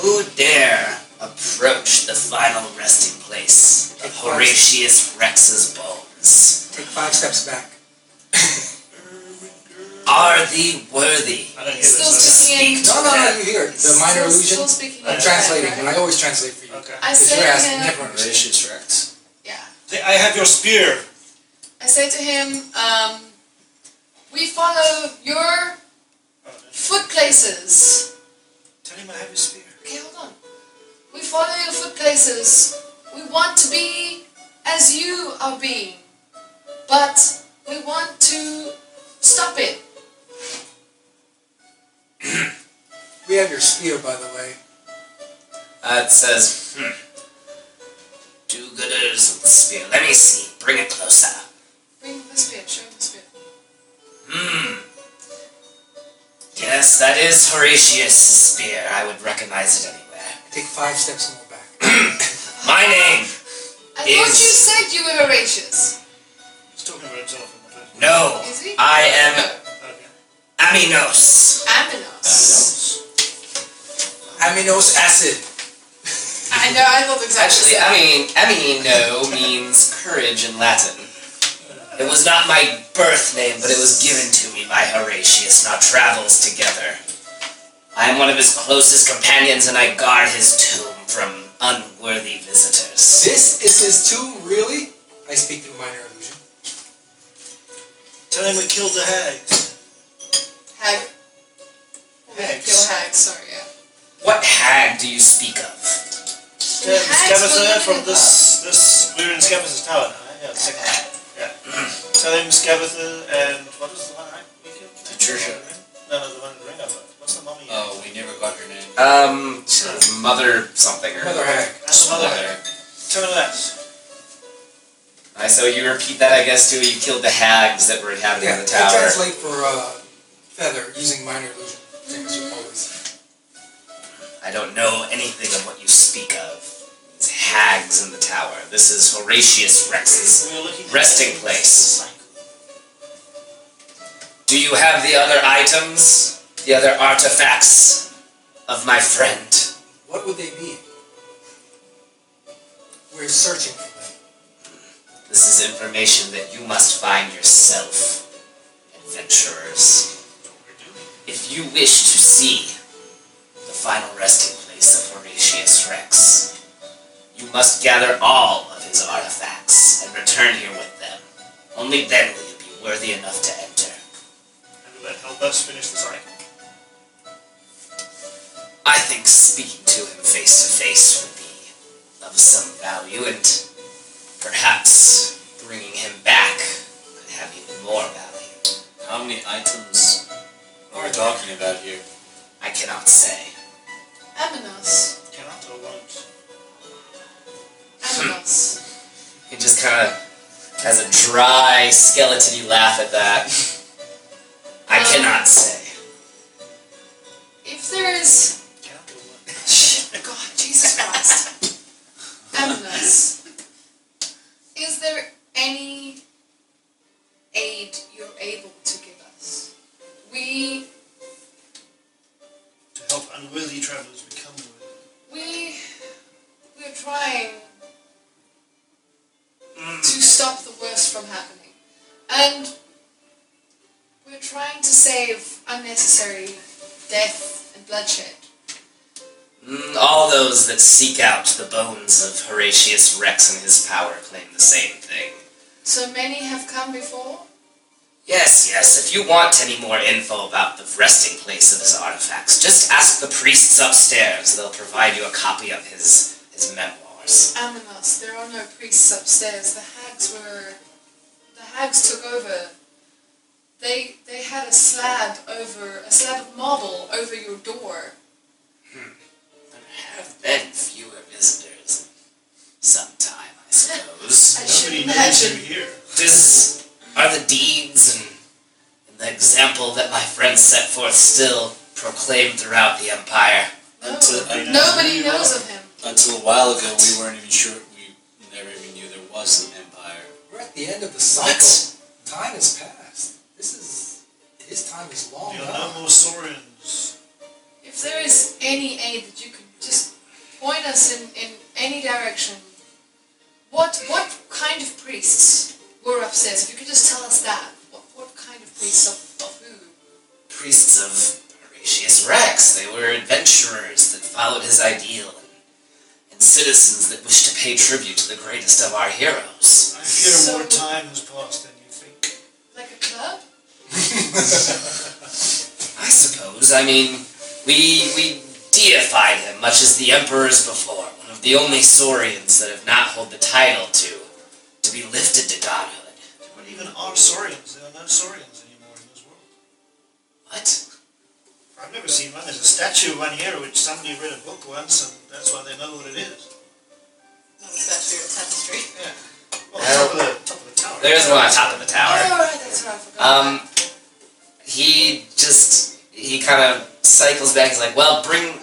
A: Who dare approach the final resting place of Horatius Rex's bones?
B: Take five steps back.
A: Are thee worthy?
D: I don't hear
C: Still
D: this.
C: speaking in.
B: No, no, no, you hear it. The minor
C: still,
B: illusion.
C: Still speaking
B: I'm
C: in
B: translating, and I
C: Latin, right?
B: always translate for you.
D: Okay.
C: I
B: Because
C: say
B: you're asking, you
C: to him.
B: never understand.
E: Horatius Rex.
C: Yeah.
D: Say, I have your spear.
C: I say to him, um, we follow your foot places.
D: Oh, Tell him I have your spear.
C: Okay, hold on. We follow your foot places. We want to be as you are being, but we want to stop it.
B: We have your spear, by the way.
A: Uh, it says, hmm. Do gooders with the spear. Let me see. Bring it closer.
C: Bring the spear. Show him the spear.
A: Hmm. Yes, that is Horatius' spear. I would recognize it anywhere.
B: Take five steps more back.
A: My name!
C: I thought
A: Is-
C: you said you were Horatius.
D: He's talking about himself in the first
A: No,
C: Is he?
A: I
C: No.
A: am
D: Okay.
A: Aminos.
C: Aminos.
B: Aminos acid.
C: I know. I thought exactly.
A: Actually, I mean, Amino means courage in Latin. It was not my birth name, but it was given to me by Horatius, now travels together. I am one of his closest companions, and I guard his tomb from unworthy visitors.
B: This is his tomb, really? I speak through minor illusion.
D: Tell him we killed the hags.
C: hag.
D: Hags.
C: Kill hag. Sorry. Yeah.
A: What hag do you speak of?
D: Yeah, the
C: Hags were
D: Scavazzer
C: living
D: from
C: in
D: this, this, we're in Scabathur's tower now, right? Yeah, the second one. Yeah. Tell him Scabather and, what was the one I, we killed?
E: Patricia.
D: No, no, the one in Ring of It. What's the mummy?
E: Oh, we never got her name.
A: Um, mother something or
B: Another hack.
D: And the mother. Tell him that.
A: Uh, so you repeat that, I guess, too. You killed the hags that were inhabiting
B: Yeah,
A: the
B: I
A: tower.
B: translate for uh, feather using minor illusion. Same as you always.
A: I don't know anything of what you speak of. It's hags in the tower. This is Horatius Rex's.
D: We were looking for
A: Resting
D: the
A: place.
D: cycle.
A: Do you have the other items, the other artifacts of my friend?
B: What would they be? We're searching for them.
A: This is information that you must find yourself, adventurers. If you wish to see the final resting place of Horatius Rex, you must gather all of his artifacts and return here with them. Only then will you be worthy enough to enter.
D: And will that help us finish the cycle?
A: I think speaking to him face to face would be of some value, and perhaps bringing him back could have even more value.
E: How many items are we talking about here?
A: I cannot say.
C: Aminos.
D: Cannot or won't.
C: Aminos.
A: He just kind of has a dry, skeletony laugh at that. I
C: Um,
A: cannot say.
C: if there is.
D: Cannot or won't.
C: God, Jesus Christ. Aminos. Is there any aid you're able to give us? We.
D: To help unworthy travelers become worthy.
C: We. We're trying to stop the worst from happening. And. We're trying to save unnecessary death and bloodshed.
A: Mm, all those that seek out the bones of Horatius Rex and his power claim the same thing.
C: So many have come before?
A: Yes, yes, if you want any more info about the resting place of his artifacts, just ask the priests upstairs. They'll provide you a copy of his, his memoirs.
C: Aminos, there are no priests upstairs. The hags were. The hags took over. They they had a slab over a slab of marble over your door.
A: There have been fewer visitors sometime, I suppose.
C: I should
D: Nobody needs you
C: imagine.
D: here.
A: This are the deeds and, and the example that my friends set forth still proclaimed throughout the empire.
C: No,
E: Until, un-
C: nobody knows of him.
E: until a while ago, we weren't even sure. We never even knew there was an
C: *laughs*
E: empire.
B: We're at the end of the cycle. Time has passed. This is his time is long
D: There are
B: gone.
D: no more Saurians.
C: If there is any aid that you could just point us in, in any direction. What what kind of priests were upstairs? If you could just tell us that. What, what kind of priests of, of who?
A: priests of Horatius Rex. They were adventurers that followed his ideal and, and citizens that wished to pay tribute to the greatest of our heroes.
D: I fear
C: So-
D: more time has passed than you think.
C: Like a club?
A: I suppose. I mean, we we deified him much as the emperors before, one of the only Saurians that have not held the title to to be lifted to godhood.
D: There weren't even our Saurians. There are no Saurians anymore in this world.
A: What?
D: I've never seen one. There's a statue one here which somebody read a book once, and that's why they know what it is.
C: Not a statue of tapestry.
D: Yeah. Well, top of the top of the tower.
A: There's one on top of the tower.
C: Oh, right, that's right. I
A: Um,
C: forgot.
A: he just he kind of cycles back. He's like, well, bring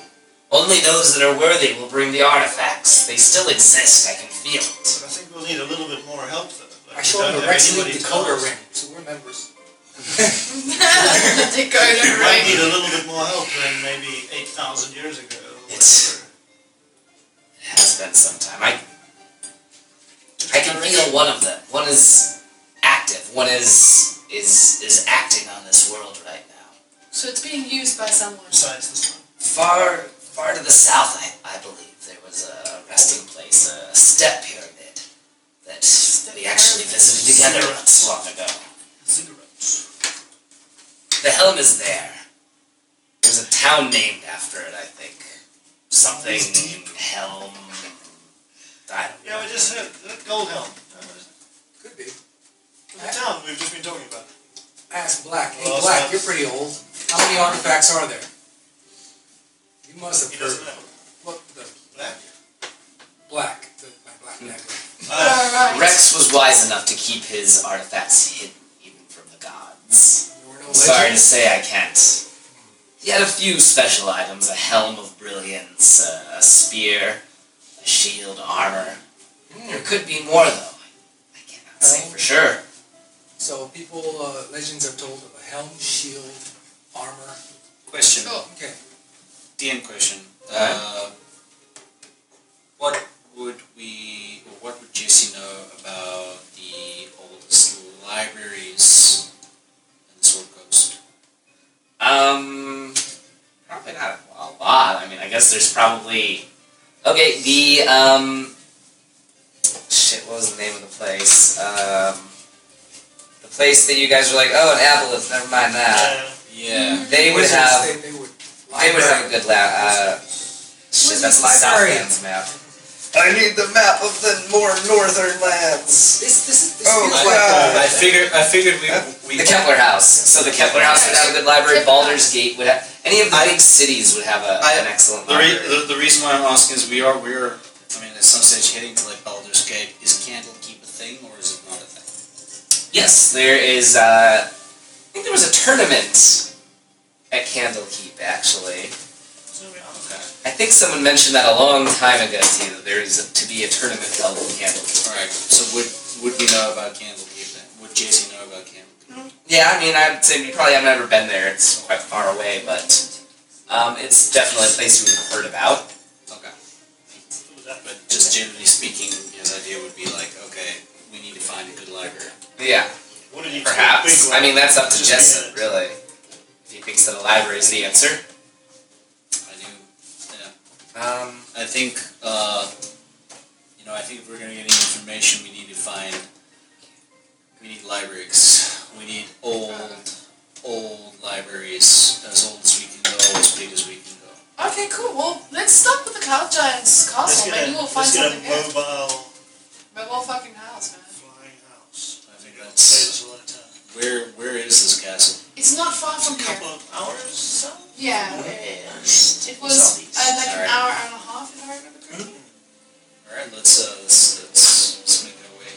A: only those that are worthy will bring the artifacts. They still exist. I can feel
C: *laughs*
A: it.
D: But I think we'll need a little bit more help though. Like,
B: I
D: we
B: showed
D: don't
B: him a
D: have
B: Rex Link
D: anybody to
B: decoder
D: tell us.
B: ring, so we're members.
D: We
C: Decoder ring.
D: might need a little bit more help than maybe eight thousand years ago. or
A: It's-
D: whatever.
A: It has been some time. I I can feel one of them. One is active. One is is is acting on this world right now.
C: So it's being used by someone.
D: Besides this one.
A: Far far to the south, I, I believe there was a resting place, a step pyramid that we actually visited together not so long ago.
D: Ziggurats.
A: The helm is there. There's a town named after it, I think. Something helm. I don't know.
D: Yeah, we just heard that gold helm. That was
B: Could be.
D: The town we've just been talking about.
B: I asked Black, hey
D: Well,
B: Black,
D: that's-
B: you're pretty old. How many artifacts are there? You must have
D: He
B: heard.
D: doesn't know.
B: What the
A: Uh,
D: Black.
B: Black, the, my Black
D: Hmm.
B: dagger.
D: Uh,
C: Alright.
A: Rex was wise enough to keep his artifacts hidden, even from the gods.
B: There were no
A: Sorry to
B: legends.
A: say I can't. He had a few special items a helm of brilliance, a, a spear, a shield, armor. There
B: Hmm.
A: could be more, though. I cannot say for sure.
B: So people, uh, legends are told of a helm, shield, armor.
E: Question.
C: Cool.
B: Okay.
E: DM question. Uh, what would we, or what would Jesse know about the oldest libraries in the Sword Coast?
A: Um, probably not a lot. I mean, I guess there's probably. Okay, the um. Shit, what was the name of the place? Um, the place that you guys were like, oh, an aboleth. Never mind that.
D: uh,
E: Yeah.
A: They would
B: Wizards,
A: have.
B: They, they would.
A: They would have a good lab. Uh, shit, that's the Southlands map. I need the map of the more northern lands.
B: This, this is. This
E: Oh,
B: feels
E: my
B: like
E: God. I
B: a-
E: figured. I figured we.
A: The
E: we
A: Kepler House. So the Kepler House would have a good library. Baldur's Gate would have. Any of the
E: I-
A: big cities would have a,
E: I-
A: an excellent
E: the,
A: library.
E: re- the, the reason why I'm asking is we are we're. I mean, at some stage heading to like Baldur's Gate. Is Candlekeep a thing or is it not a thing?
A: Yes, there is. Uh, I think there was a tournament at Candlekeep, actually.
D: so we are.
E: Okay.
A: I think someone mentioned that a long time ago to you. That there is to be a tournament held at Candlekeep.
E: All right. So would would we know about Candlekeep then? Would Jesse know about Candlekeep?
A: Yeah, I mean, I'd say we probably have never been there. It's quite far away, but um, it's definitely a place you would have heard about.
E: Okay.
D: Who was that?
E: But just generally speaking, his idea would be like, okay, we need to find a good library.
A: Yeah,
D: What did he
A: perhaps.
D: think?
A: I mean, that's up to
D: Just
A: Jessup,
D: minute.
A: really. If he thinks that a library is the answer.
E: I do. Yeah.
A: Um,
E: I think. Uh, you know, I think if we're gonna get any information, we need to find. We need libraries. We need old, old libraries, as old as we can go, as big as we can go.
C: Okay, cool. Well, let's stop with the Cloud Giant's
D: Let's
C: castle.
D: get
C: Maybe
D: a,
C: we'll find
D: let's get a
C: something there.
D: mobile
C: Mobile fucking house, man.
D: flying house.
E: I think
D: You don't say
E: that's
D: this all the time.
E: where. Where is this castle?
C: It's not far from
D: A couple
C: here.
D: of hours, so.
A: Uh,
C: Yeah, it was uh, like an
E: Sorry.
C: hour, hour and a half, if I remember correctly.
D: Hmm?
E: All right, let's uh, let's let's, let's make our way.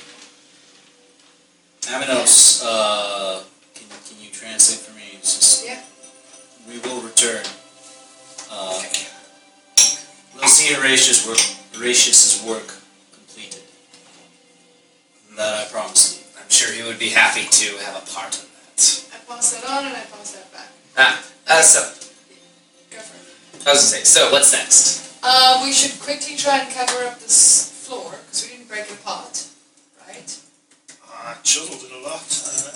E: Aminos, uh, can can you translate for me? It's just
C: Yeah.
E: we will return. Uh, we'll see Horatius' work. Horatius' work completed. That I promise you.
A: I'm sure he would be happy to have a part in that.
C: I passed that on and I passed that back.
A: Ah, uh, so
C: Go for it.
A: I was gonna say. So what's next?
C: Uh, we should quickly try and cover up this floor because we didn't break it apart, right?
D: I chiseled it a lot. Uh,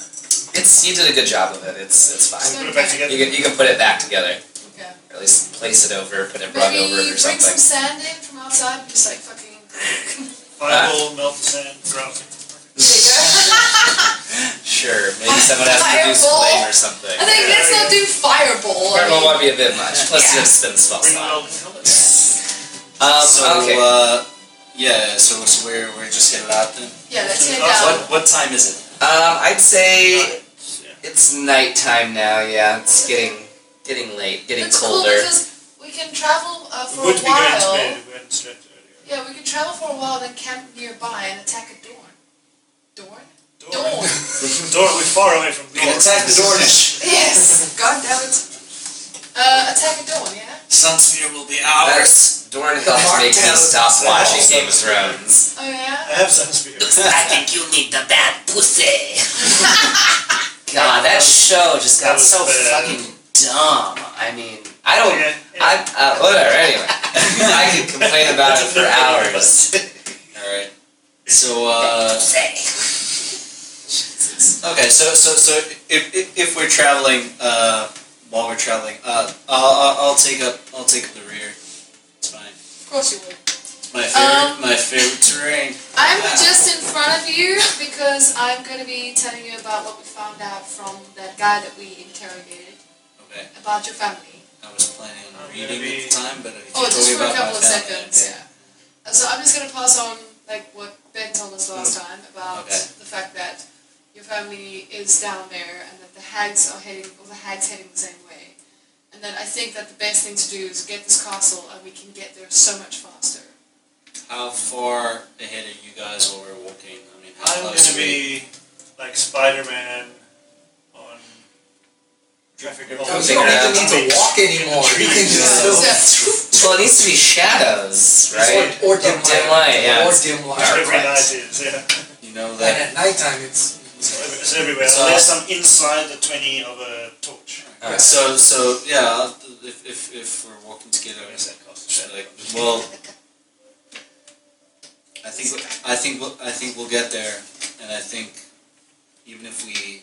A: It's you did a good job of it. It's it's
D: I
A: fine.
D: put it back together.
A: You can you can put it back together,
C: Okay.
A: or at least place it over, put it rug
C: Maybe
A: over it
C: bring
A: or something.
C: some sand in from outside and just like
D: *laughs*
C: fucking. *laughs*
A: uh,
D: Fireball, melt the sand, throughout it.
C: there you go. *laughs*
A: Sure, maybe someone has to do
C: Fireball.
A: flame or something.
C: I think let's not do fireball. I
A: Fireball
C: mean,
A: won't be a bit much. Plus, you have spin spell
D: Bring
A: slot.
D: out the helmet.
A: Um,
E: so,
A: okay.
E: uh, yeah, so, so we're, we're just headed out then.
C: yeah, let's head
D: Uh,
C: down.
E: What, what time is it?
A: Um, I'd say
D: Yeah.
A: it's nighttime now. Yeah, it's getting getting late, getting
C: It's cool
A: colder.
C: because we can travel uh,
D: We
C: for
D: would
C: a
D: be going to
C: while.
D: bed if we hadn't slept earlier.
C: Yeah, we can travel for a while, then camp nearby and attack at dawn. Dawn?
D: Door. *laughs*
C: Dawn.
D: Door, we're far away from door.
E: *laughs* Dornish.
C: yes. God damn it. Uh, attack at dawn. Yeah.
E: Sunspear will be *laughs* ours.
A: That's Doran helped make me stop
D: *laughs*
A: watching Game of Thrones.
C: Oh yeah.
D: I
A: *laughs*
D: have sunspear.
F: I think you need the bad pussy.
A: God, that show just got
D: That was
A: so
D: bad.
A: fucking dumb. I mean, I don't.
D: Yeah, yeah.
A: I uh, whatever. Anyway, I could complain about it for hours.
E: Alright.
C: *laughs*
E: So, uh, okay, so, so, so if, if, if we're traveling, uh, while we're traveling, uh, I'll, I'll, I'll take up, I'll take up the rear. It's fine.
C: Of course you would.
E: It's my
C: Um,
E: favorite, my favorite terrain.
C: I'm
E: Yeah.
C: just in front of you because I'm going to be telling you about what we found out from that guy that we interrogated
E: Okay.
C: about your family.
E: I was planning on
D: I'm gonna
E: reading
D: be-
E: at the time, but I keep
C: Oh, just
E: talking
C: for a
E: about my
C: couple of
E: family.
C: seconds. Yeah. And So I'm just going to pass on like what Ben told us last time about
E: Okay.
C: the fact that your family is down there and that the hags are heading, or the hags heading the same way. And that I think that the best thing to do is get this castle and we can get there so much faster.
E: How far ahead are you guys while we're walking? I mean, how
D: I'm going
E: close
D: to
E: are
D: be
E: we?
D: like Spider-Man on traffic.
E: Don't
A: Don't
D: lights.
B: You don't
A: Yeah.
B: even need to walk anymore. You can just
C: So-
B: still.
A: Well, it needs to be shadows, right?
D: Right.
B: Or, or dim,
A: Dim light, yeah.
B: Or dim light.
A: Dark
D: Every night
A: lights.
D: is, yeah.
E: You know
B: And
E: that.
B: at
D: *laughs*
B: nighttime, it's.
D: It's everywhere.
E: So-
D: Unless I'm inside the 20 of a torch.
A: All right.
E: So, so yeah. I'll- If, if, if we're walking together,
D: Where
E: I
D: is
E: guess
D: that cost?
E: I- like, well, I think I think we'll, I think we'll get there, and I think even if we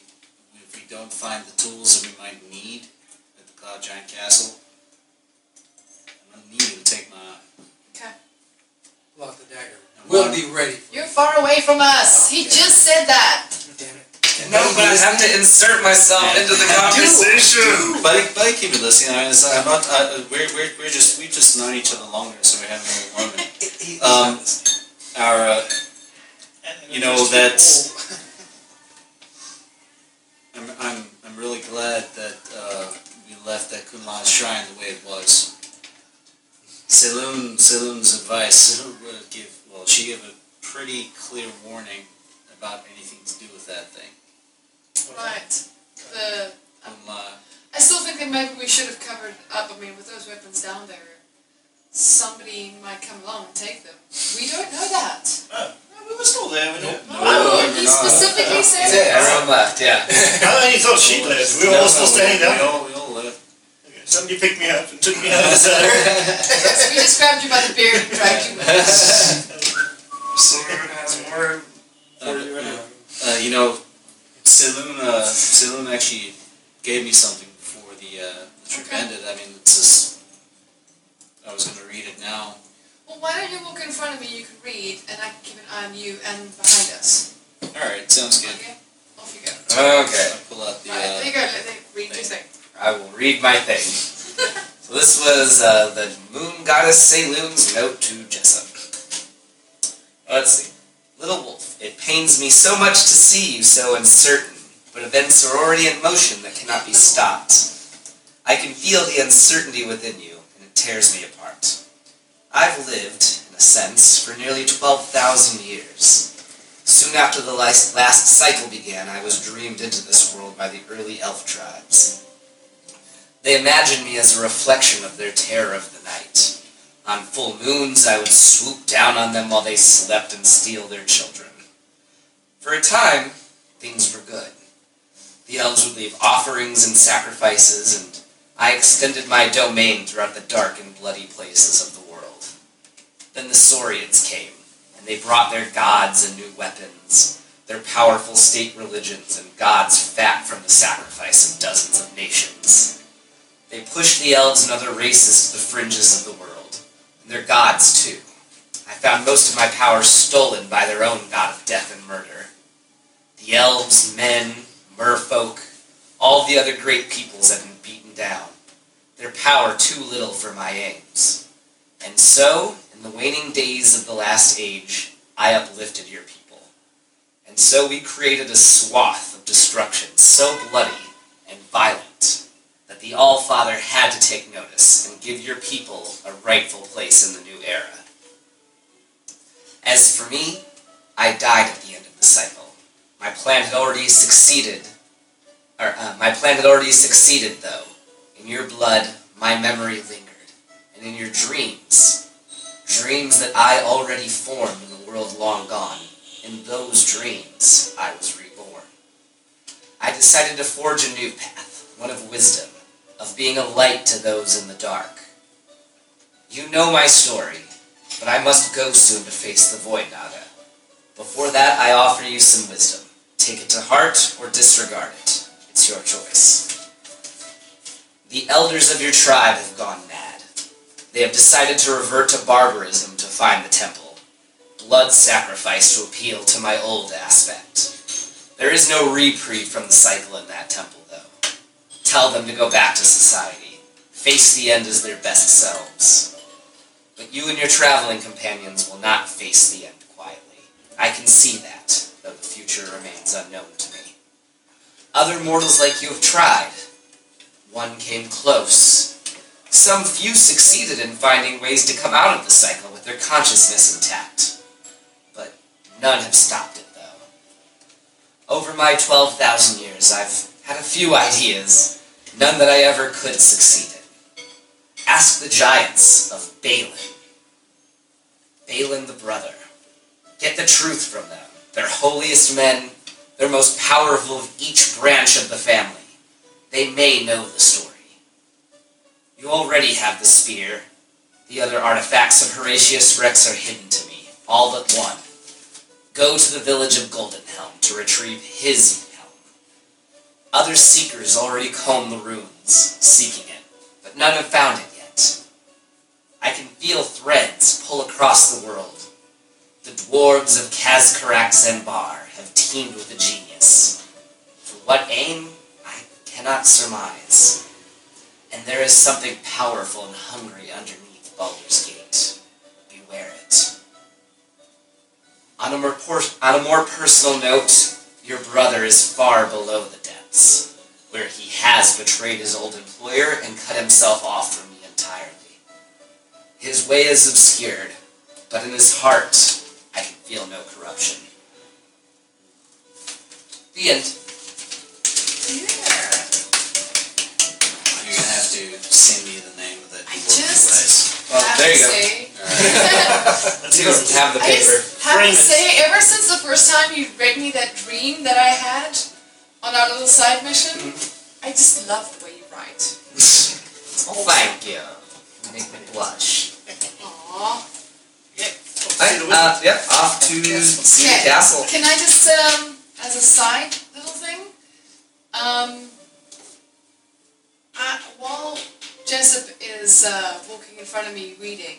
E: if we don't find the tools that we might need at the Cloud Giant Castle, I'm gonna need you to take my.
B: Pull out the dagger.
E: I'm
B: We'll
E: not-
B: be ready. for
C: You're far away from us. He
B: Yeah.
C: just said that.
B: it. Damn it.
A: No, but I have to insert myself into
D: *laughs*
A: the conversation.
E: But I, but I keep it listening. I mean, it's like I'm not. I, we're, we're, we're just we've just known each other longer, so we haven't really moment.
B: He-
E: Um, Our uh, You know, that's- I'm, I'm I'm really glad that uh, we left that Kunlan shrine the way it was. Selun Selun's advice would give well she gave a pretty clear warning about anything to do with that thing.
C: Right. The
E: Kunla,
C: I still think that maybe we should have covered up. I mean, with those weapons down there, somebody might come along and take them. We don't know that.
D: No, we were still there. We didn't-
C: No,
E: we're
C: he
E: not.
C: specifically said
B: Yeah.
C: that.
A: Everyone left, yeah.
D: I only thought she left. We were
E: No,
D: all
E: no,
D: still
E: we-
D: standing
E: We
D: up.
E: all we all left.
D: Somebody picked me up and took me out of the
E: *laughs*
D: cellar.
C: So we just grabbed you by the beard and dragged
D: *laughs*
C: you. With. us.
E: Uh, uh, uh, you know, Saloon, uh, Saloon actually gave me something before the, uh, the trip
C: Okay.
E: ended. I mean, it's just, I was going to read it now.
C: Well, why don't you walk in front of me? You can read, and I can keep an eye on you and behind us.
E: Alright, sounds good.
C: Okay. Off you go.
A: Okay,
E: I'll pull out the,
C: Right. There
E: uh,
C: you go. Let me read your thing.
A: I will read my thing. So this was uh, the Moon Goddess Saloon's note to Jessup. Let's see. Little Wolf, it pains me so much to see you so uncertain, but of then sorority in motion that cannot be stopped. I can feel the uncertainty within you, and it tears me apart. I've lived, in a sense, for nearly 12,000 years. Soon after the last, last cycle began, I was dreamed into this world by the early elf tribes. They imagined me as a reflection of their terror of the night. On full moons, I would swoop down on them while they slept and steal their children. For a time, things were good. The elves would leave offerings and sacrifices, and I extended my domain throughout the dark and bloody places of the world. Then the Saurians came, and they brought their gods and new weapons, their powerful state religions, and gods fat from the sacrifice of dozens of nations. They pushed the elves and other races to the fringes of the world, and their gods too. I found most of my powers stolen by their own god of death and murder. The elves, men, merfolk, all the other great peoples have been beaten down, their power too little for my aims. And so, in the waning days of the last age, I uplifted your people. And so we created a swath of destruction so bloody and violent that the Allfather had to take notice and give your people a rightful place in the new era. As for me, I died at the end of the cycle. My plan had already succeeded or, uh, my plan had already succeeded, though. In your blood, my memory lingered, and in your dreams, dreams that I already formed in the world long gone, in those dreams, I was reborn. I decided to forge a new path, one of wisdom, of being a light to those in the dark. You know my story, but I must go soon to face the void, Naga. Before that, I offer you some wisdom. Take it to heart or disregard it. It's your choice. The elders of your tribe have gone mad. They have decided to revert to barbarism to find the temple. Blood sacrifice to appeal to my old aspect. There is no reprieve from the cycle in that temple, though. Tell them to go back to society. Face the end as their best selves. But you and your traveling companions will not face the end quietly. I can see that, though the future remains unknown to me. Other mortals like you have tried. One came close. Some few succeeded in finding ways to come out of the cycle with their consciousness intact. But none have stopped it, though. Over my 12,000 years, I've had a few ideas, none that I ever could succeed in. Ask the giants of Balin. Balin the brother. Get the truth from them, their holiest men, their most powerful of each branch of the family. They may know the story. You already have the spear. The other artifacts of Horatius Rex are hidden to me, all but one. Go to the village of Goldenhelm to retrieve his helm. Other seekers already comb the ruins, seeking it, but none have found it yet. I can feel threads pull across the world. The dwarves of Kazkarak Zembar have teamed with a genius. For what aim, I cannot surmise. And there is something powerful and hungry underneath Baldur's Gate. Beware it. On a, more por- on a more personal note, your brother is far below the depths, where he has betrayed his old employer and cut himself off from me entirely. His way is obscured, but in his heart, I can feel no corruption. The end.
C: Yeah.
E: You're gonna have to send me the name of that.
C: I
E: dwarf
C: just-
E: device.
C: Have to
D: there you go. *laughs*
C: say- *laughs*
E: uh,
D: He doesn't have the
C: I
D: paper.
C: just have
G: Frame
C: to
G: it.
C: say, ever since the first time you read me that dream that I had on our little side mission,
D: Mm-hmm.
C: I just love the way you write.
D: Oh, Thank you. Make me blush.
C: Aww.
D: Alright, uh, yep, off to Sea Castle.
C: Can I just, um, as a side little thing, um, I, while Jessup is uh, walking in front of me reading,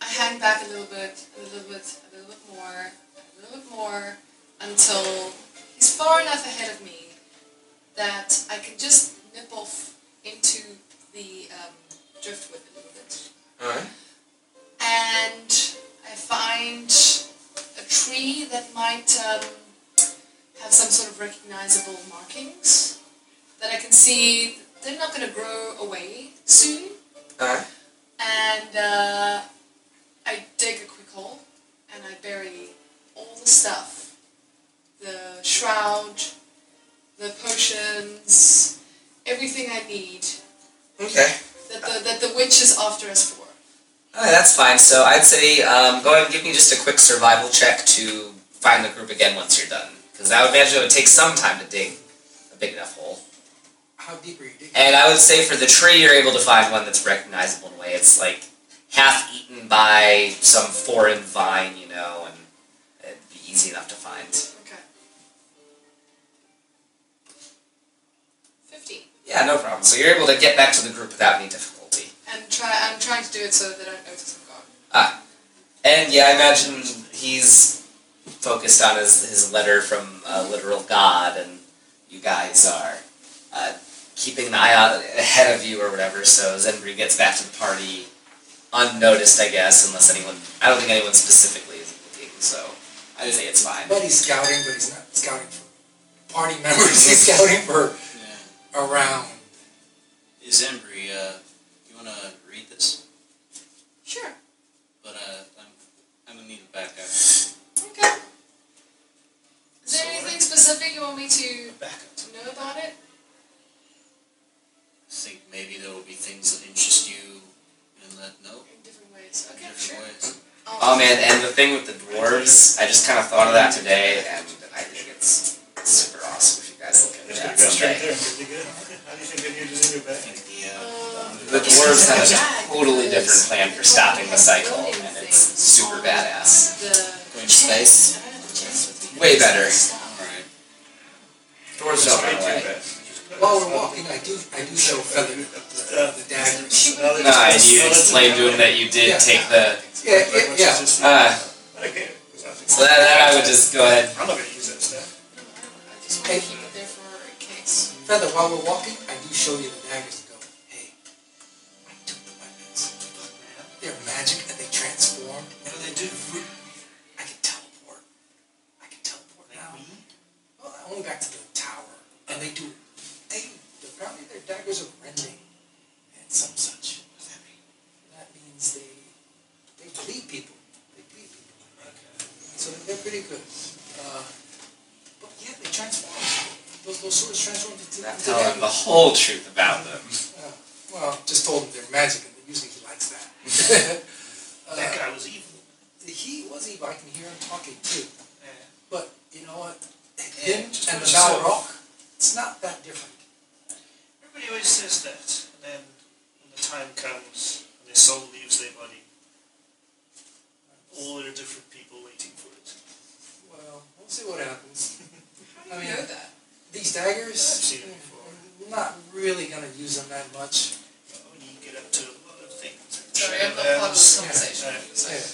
C: I hang back a little bit, a little bit, a little bit more, a little bit more, until he's far enough ahead of me that I can just nip off into the um, driftwood a little bit.
D: Alright.
C: And I find a tree that might um, have some sort of recognizable markings that I can see they're not going to grow away soon.
D: Alright.
C: And uh, I dig a quick hole and I bury all the stuff the shroud, the potions, everything I need
D: Okay.
C: that the, that the witch is after us for.
D: Alright, that's fine. So I'd say um, go ahead and give me just a quick survival check to find the group again once you're done. Because I would imagine it would take some time to dig a big enough hole.
B: How deep are you digging?
D: And I would say for the tree, you're able to find one that's recognizable in a way. It's like
A: half eaten by some foreign vine, you know, and it'd be easy enough to find.
C: Okay. Fifty.
A: Yeah, no problem. So you're able to get back to the group without any difficulty.
C: And try. I'm trying to do it so that they don't notice I'm gone.
A: And yeah, I imagine he's focused on his, his letter from uh, literal God, and you guys are uh, keeping an eye out ahead of you or whatever. So Zenbri gets back to the party unnoticed, I guess, unless anyone. I don't think anyone specifically is looking. So I'd say it's fine.
B: But he's scouting, but he's not scouting for party members. *laughs* He's scouting for
E: Yeah.
B: around.
E: Is Embry, uh, you want to read this?
C: Sure.
E: But uh, I'm, I'm going to need a backup.
C: Okay. Is there
D: So, uh,
C: anything specific you want me to
D: Back
C: know about it?
E: I think maybe there will be things that interest you in that note
C: In different ways.
E: in
C: Okay, sure.
E: different ways.
C: I'll-
A: Oh man, and the thing with the dwarves, I just kind of thought of that today, and I think it's super awesome if you guys look
D: That's
A: into that
D: pretty
A: someday.
D: good right there. Pretty good. How do you think they use it in your
E: I
D: bag?
E: think the,
C: Uh,
E: uh,
A: The dwarves have a totally different plan for stopping the cycle, and it's super badass.
C: the
E: going to space.
A: Way better.
E: Alright.
A: Dwarves don't run away.
B: While we're walking, I do I do show feather
D: Uh,
B: the dagger.
D: another-
A: No, and you explained to him that you did take the.
B: Yeah, yeah, yeah.
A: Uh,
D: Okay.
A: so that, that I would just go ahead.
D: I'm not gonna use that stuff.
C: I just want to keep it there for in case.
B: Feather, while we're walking, I do show you the daggers and go, hey, I took the weapons. They're magic and they transform. What do they do? I can teleport. I can teleport now. Well, only back to the tower. And they do, they, apparently their daggers are rending and some such. What does that mean? That means they, they bleed people. They bleed people. So they're pretty good. Uh, but yeah, they transform. Those, those swords transform into
A: Not
B: into
A: tell him the
B: daggers.
A: whole truth about them.
B: Well, just told him they're magic, and usually he likes that.
D: That
B: uh,
D: guy was evil.
B: he was evil. I can hear him talking too.
D: Yeah.
B: But you know what?
D: Yeah,
B: Him
D: just
B: and the
D: put him
B: Balrog, it's not that different.
D: Everybody always says that, and then when the time comes and their soul leaves their body, all there are different people waiting for it.
B: Well, we'll see what happens. *laughs*
C: How do you
B: I mean-
C: know that?
B: These
D: I've
B: daggers,
D: seen it before.
B: I'm not really gonna use them that much.
D: When you get up to a lot of things.
C: Sorry, I'm not part of this
D: Yeah,
C: conversation.
D: right.
B: Yeah.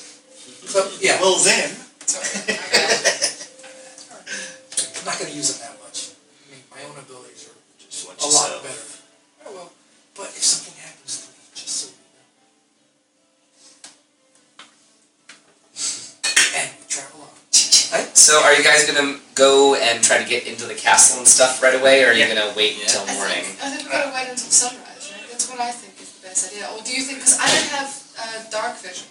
B: So yeah,
D: Well then,
C: *laughs* Sorry. Okay.
B: I'm not gonna use them that much. I mean, my own abilities are
D: just watch
B: a lot
D: yourself.
B: better. Oh well, but if something happens to me, just so you know. *laughs* And we travel on.
A: So, are you guys gonna go and try to get into the castle and stuff right away, or are you
D: Yeah.
A: gonna wait
E: Yeah.
A: until
C: I
A: morning?
C: think, I think we've got to wait until sunrise, right? That's what I think is the best idea. Or do you think, because I don't have uh, dark vision.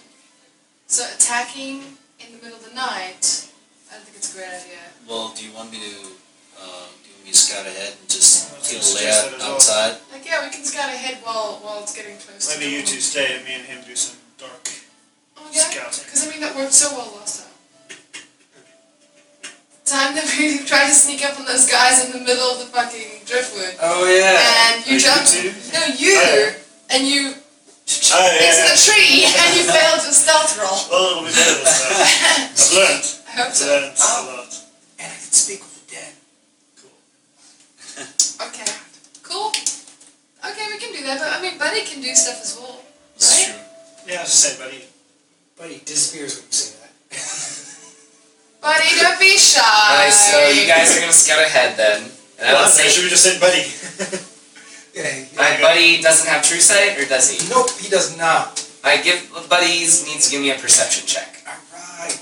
C: So attacking in the middle of the night, I don't think it's a great idea.
E: Well, do you want me to, uh, do you want me to scout ahead and just
D: I was
E: get
D: gonna
E: a
D: suggest that
E: layout
D: as well.
E: outside?
C: Like, yeah, we can scout ahead while, while it's getting close to
D: Maybe you
C: dawn.
D: two stay and me and him do some dark
C: Oh, yeah.
D: scouting.
C: Because, I mean, that worked so well last time. The time that we tried to *laughs* sneak up on those guys in the middle of the fucking driftwood.
B: Oh yeah.
C: And you jumped.
D: two?
C: No, you!
D: Oh.
C: And you.
D: Oh, yeah,
C: Into
D: yeah.
C: the tree, and you failed your stealth roll.
D: Well, it'll be Oh, better this time. *laughs* I've learned.
C: I hope
D: I've
C: so.
D: learned a lot.
B: And I can speak with the dead.
C: Okay. Cool. Okay, we can do that, but I mean, Buddy can do stuff as well.
E: That's
C: Right?
E: true.
D: Yeah, I was just saying, buddy.
B: But he disappears when you say that.
C: Buddy, don't be shy.
A: Alright, so you guys are gonna scout ahead then. And I
D: Well,
A: would
D: I'm pretty
A: say,
D: sure we just said buddy.
B: Yeah.
A: my buddy doesn't have true sight, or does he?
B: Nope, he does not.
A: I give buddies needs to give me a perception check.
B: Alright.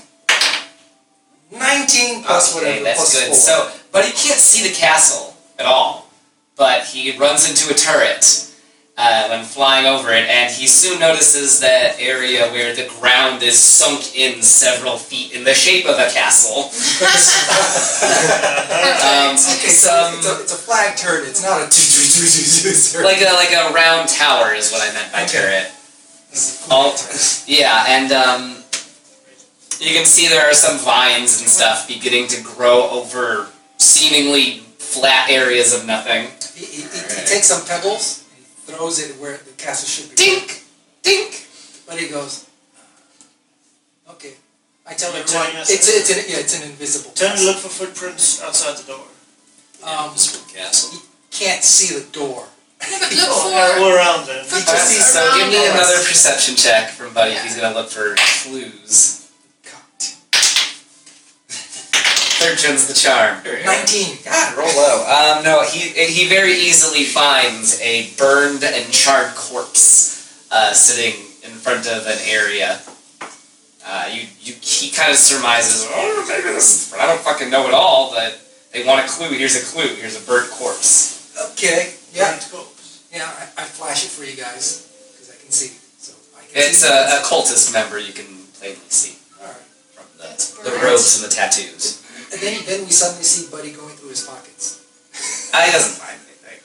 B: Nineteen plus
A: okay,
B: whatever.
A: that's
B: plus
A: good.
B: Four.
A: So, but he can't see the castle at all. But he runs into a turret uh, when flying over it, and he soon notices that area where the ground is sunk in several feet in the shape of a castle.
E: *laughs*
A: Um,
B: *laughs* okay, so
A: some
B: it's a, it's a flag turret. It's not a turret.
A: like a like a round tower is what I meant by
B: Okay.
A: turret. All, yeah, and um, you can see there are some vines and stuff beginning to grow over seemingly flat areas of nothing.
B: He, he, he, he takes some pebbles and throws it where the castle should be.
A: Dink, dink.
B: But he goes, uh, okay. I tell
D: You're
B: everyone,
D: telling us
B: it's,
D: this?
B: it's, an, yeah, it's an invisible
D: Tell me to
B: castle.
D: look for footprints outside the door.
B: Um,
E: Invisible castle.
B: can't see the door.
C: Yeah, but
B: Oh,
C: look for.
D: All around there.
C: for
A: Alright,
C: just
A: so
C: around
A: give me
C: us.
A: another perception check from Buddy.
C: Yeah.
A: He's gonna look for clues.
B: God.
A: Third gen's the charm.
B: 19.
A: God, roll low. Um, no, he he very easily finds a burned and charred corpse uh, sitting in front of an area. Uh, you you he kind of surmises, oh, maybe this. Is, I don't fucking know at all, but they want a clue. Here's a clue. Here's a burnt corpse.
B: Okay. Yeah.
D: Let's go.
B: Yeah, I, I flash it for you guys because I can see. So I can
A: It's
B: see
A: a, a cultist member. You can plainly see
B: All right.
A: from
C: That's
A: the, the
C: burnt.
A: robes and the tattoos.
B: And then, then we suddenly see Buddy going through his pockets.
A: Uh, he doesn't mind anything.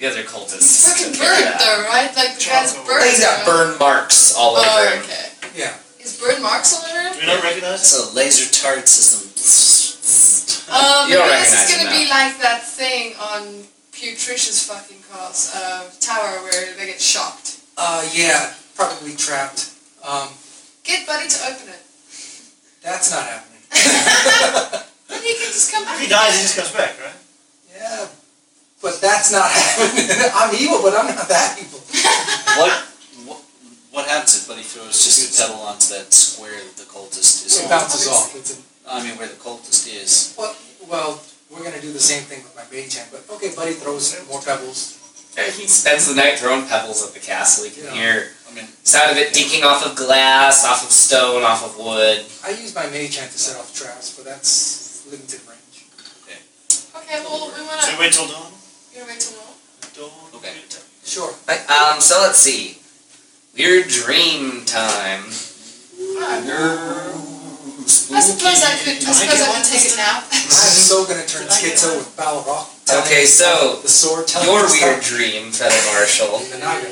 A: The other cultists.
C: It's fucking
A: took care of that.
C: burnt though, right? Like the guy's
D: Charcoal.
C: burnt.
A: He's got
C: though.
A: burn marks all over
C: Oh,
A: him.
C: okay.
B: Yeah.
C: Is burn marks all over him?
D: Do we not recognize
E: It's a laser turret system.
C: Um,
A: You'll recognize
C: this is
A: it
C: gonna be like that thing on Putricious fucking cars, uh, tower where they get shocked.
B: Uh, yeah. Probably trapped. Um,
C: Get Buddy to open it.
B: that's not happening.
C: Then he can just come
D: it?
C: back.
D: If he dies, he just comes back, right?
B: Yeah. But that's not *laughs* happening. I'm evil, but I'm not that evil.
E: what, what what happens if Buddy throws just a pedal onto that square that the cultist is
B: It
E: on?
B: bounces off. It's a,
E: I mean, where the cultist is.
B: well, well, we're gonna do the same thing with my mage hand. But okay, Buddy throws more pebbles.
A: And He spends the night throwing pebbles at the castle. You can
B: Yeah.
A: hear
E: I mean,
A: sound of it dinking off of glass, off of stone, off of wood.
B: I use my mage hand to set off traps, but that's limited range.
C: Okay, well, we
D: So we
C: wanna.
D: wait till dawn?
C: You wanna wait till now?
D: Dawn.
E: Okay.
D: good time.
B: Sure.
A: Like, Um, so let's see. Weird dream time.
C: I suppose I could. I suppose I could take a nap.
B: I'm so gonna turn schizo with Balrog.
A: Okay, so
B: the sword. telling
A: your
B: me to
A: weird
B: stop.
A: dream, Feather Marshal.
B: The naga.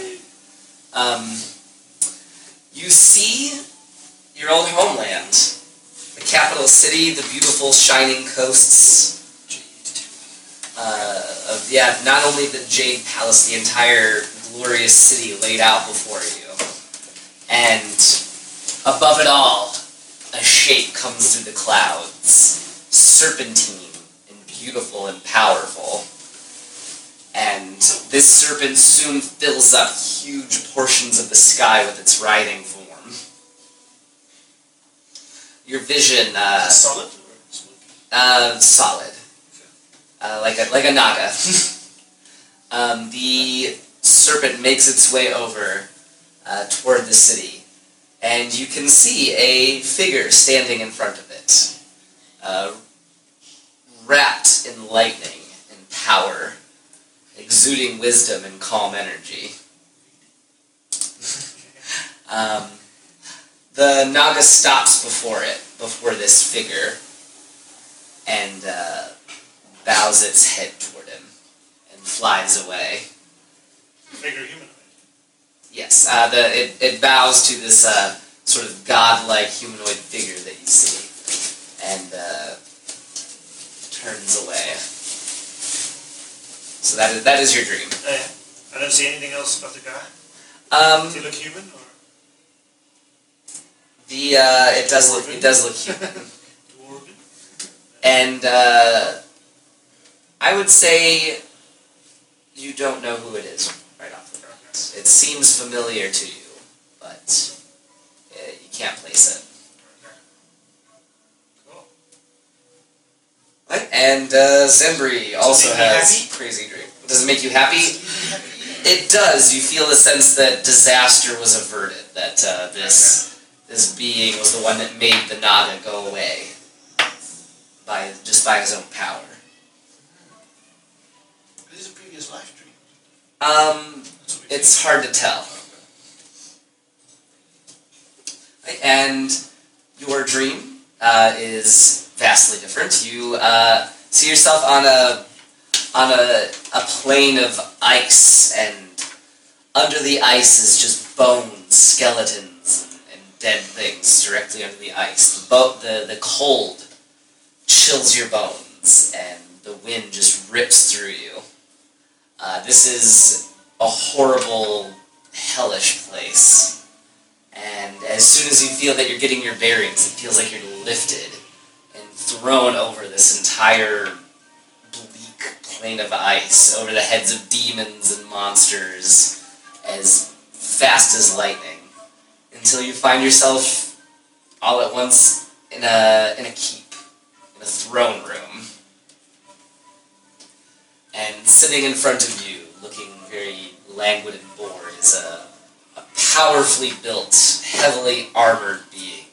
A: Um, you see your old homeland, the capital city, the beautiful shining coasts. Uh, of, yeah, not only the Jade Palace, the entire glorious city laid out before you. And above it all, a shape comes through the clouds, serpentine and beautiful and powerful and this serpent soon fills up huge portions of the sky with its writhing form. Your vision, uh,
D: Solid or smoky?
A: uh, solid, uh, like a like a naga. *laughs* um, the serpent makes its way over uh, toward the city, and you can see a figure standing in front of it, uh, wrapped in lightning and power, exuding wisdom and calm energy. *laughs* um, the naga stops before it, before this figure and uh, bows its head toward him and flies away.
D: Figure humanoid.
A: Yes, uh, the, it, it bows to this uh, sort of godlike humanoid figure that you see and uh, turns away. So that is, that is your dream.
D: Oh, yeah. I don't see anything else about the guy.
A: Um,
D: Does he look human or
A: the uh, it does look it does look human.
D: dwarven?
A: And uh, I would say you don't know who it is right off the bat. It seems familiar to you, but uh, you can't place it.
D: Cool.
A: Right? And uh, Zembri also
D: make me
A: has
D: happy?
A: crazy dream. Does it make you happy? It does. You feel the sense that disaster was averted. That uh, this this being was the one that made the Naga go away by just by his own power.
D: This is a previous life dream.
A: Um,
D: That's what we
A: it's hard to tell. And your dream uh, is vastly different. You uh, see yourself on a on a, a plane of ice, and under the ice is just bones, skeletons, and, and dead things directly under the ice. The, bo- the the cold chills your bones, and the wind just rips through you. Uh, this is a horrible, hellish place.
F: And as soon as you feel that you're getting your bearings, it feels like you're lifted and thrown over this entire bleak plane of ice, over the heads of demons and monsters, as fast as lightning, until you find yourself all at once in a in a keep, in a throne room, and sitting in front of you, looking very languid and bored, is a a powerfully built, heavily armored being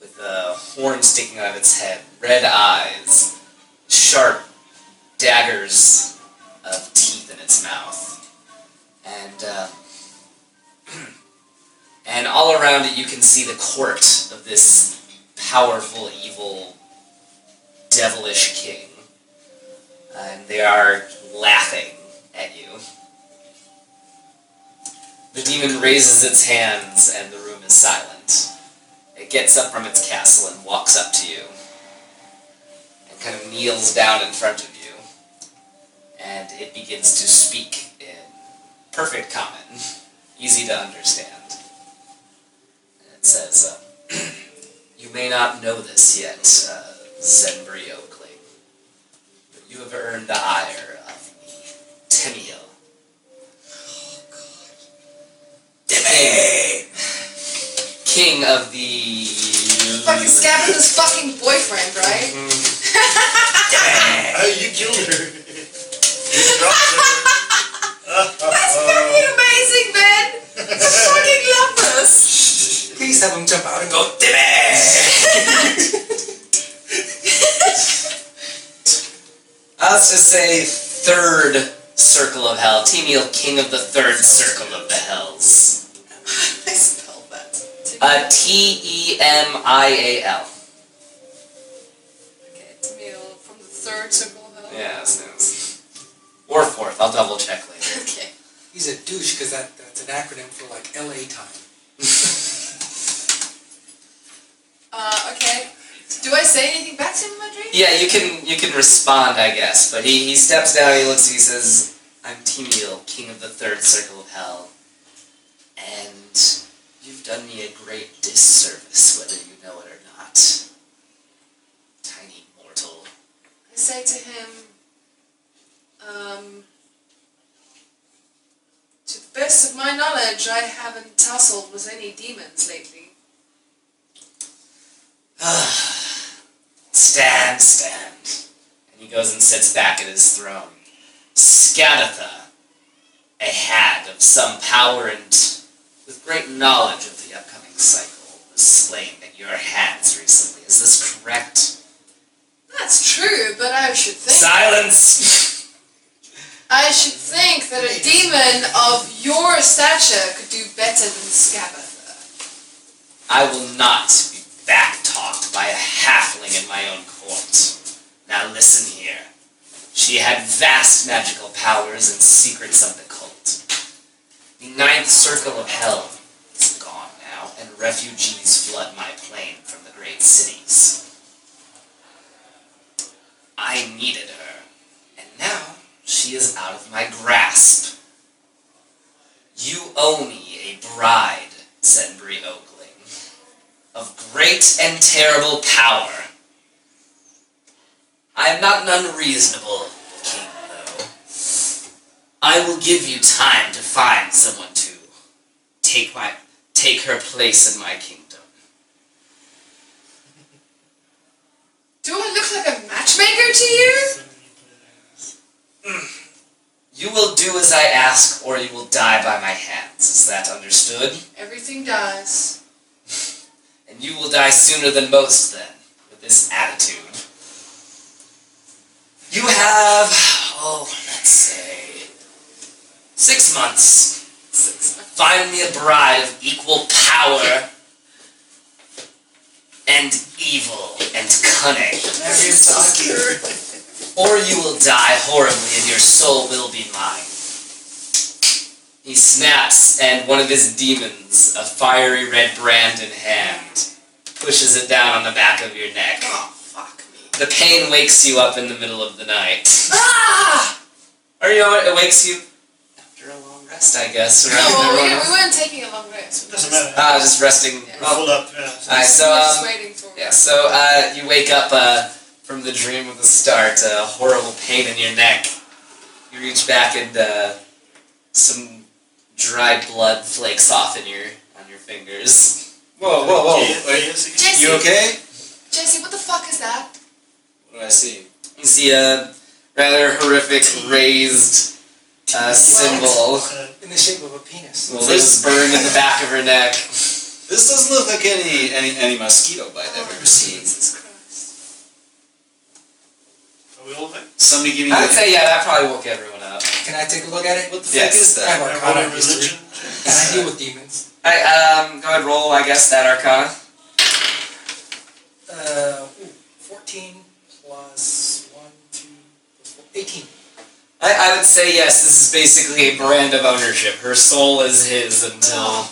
F: with a horn sticking out of its head, red eyes, sharp daggers of teeth in its mouth, and uh, *clears throat* and all around it you can see the court of this powerful, evil, devilish king, and they are laughing at you. The demon raises its hands, and the room is silent. It gets up from its castle and walks up to you, and kind of kneels down in front of you, and it begins to speak in perfect common, easy to understand. And it says, uh, *clears throat* "You may not know this yet, uh, Zenbri Oakley, but you have earned the ire of the
A: *gasps*
F: Temiel." Timmy! King of the.
C: *laughs* Fucking scabbing his fucking boyfriend, right? *laughs*
D: Oh, you killed her. *laughs* you dropped *laughs* her.
C: That's fucking amazing, man! I fucking love *laughs* this!
B: Please have him jump out and go.
A: Go, *laughs* Timmy! Let's just say third circle of hell. Temiel, king of the third circle of the hells.
C: I spelled that.
A: Uh, T E M I A L.
C: okay, Tamil from the third circle of hell.
A: Yes, yes. Or fourth. I'll double check later.
C: *laughs* Okay.
B: He's a douche because that, that's an acronym for like LA time.
C: Uh, okay. Do I say anything back to him in my dream?
A: Yeah, you can you can respond, I guess. But he, he steps down, he looks, he says, I'm Temiel, king of the third circle of hell. And you've done me a great disservice, whether you know it or not. Tiny mortal.
C: I say to him, um, to the best of my knowledge, I haven't tussled with any demons lately.
A: Stand, stand. And he goes and sits back at his throne. Scadatha, a had of some power and with great knowledge of the upcoming cycle, was slain at your hands recently. Is this correct?
C: That's true, but I should think.
A: Silence!
C: I should think that a demon of your stature could do better than Scabatha.
A: I will not be backtalked by a halfling in my own court. Now listen here. She had vast magical powers and secrets of the cult. The ninth circle of hell is gone now, and refugees flood my plain from the great cities. I needed her, and now she is out of my grasp. You owe me a bride, Senbri Oakling of great and terrible power. I am not an unreasonable king, though. I will give you time to find someone to take my take her place in my kingdom.
C: Do I look like a matchmaker to you?
A: You will do as I ask, or you will die by my hands. Is that understood?
C: Everything dies.
A: And you will die sooner than most then, with this attitude. You have, oh, let's say, six months
C: Six.
A: Find me a bride of equal power and evil and cunning,
B: Marry him to Aki.
A: or you will die horribly and your soul will be mine. He snaps, and one of his demons, a fiery red brand in hand, pushes it down on the back of your neck.
C: Oh, fuck me.
A: The pain wakes you up in the middle of the night.
C: Ah!
A: Or you know what? It wakes you after a long rest. rest, I guess.
C: No,
A: rather than
C: well, we,
A: running-
C: didn't- we weren't taking a long rest.
D: It doesn't matter.
A: Ah, just resting.
C: Yeah.
D: Leveled up, yeah.
A: Alright, so
C: we were
A: um,
C: just waiting for
A: Yeah, so uh, you wake up uh, from the dream of the start, a horrible pain in your neck. You reach back and uh, some dry blood flakes off in your on your fingers.
E: Whoa, whoa, whoa.
D: Yeah,
E: Wait,
D: yes, yes.
C: Jesse,
E: you okay?
C: Jesse, what the fuck is that?
E: What do I see?
A: You see a rather horrific raised uh, symbol.
D: Uh,
B: In the shape of a penis.
A: Well, this burn in the back of her neck.
E: This doesn't look like any any, any mosquito bite I've ever seen.
C: Jesus Christ.
D: Are we all there?
E: Somebody give me
A: I'd
E: the.
A: say yeah, that probably woke everyone up.
B: Can I take a look at it?
E: What the
A: Yes.
E: fuck is
B: I have
E: that?
D: Everyone
B: arcana
D: in
B: history.
D: religion?
B: And I deal with demons.
A: I um go ahead roll I guess that arcana.
B: Uh, ooh, 14 plus 1, 2, plus four, 18.
A: I, I would say yes. This is basically a brand of ownership. Her soul is his until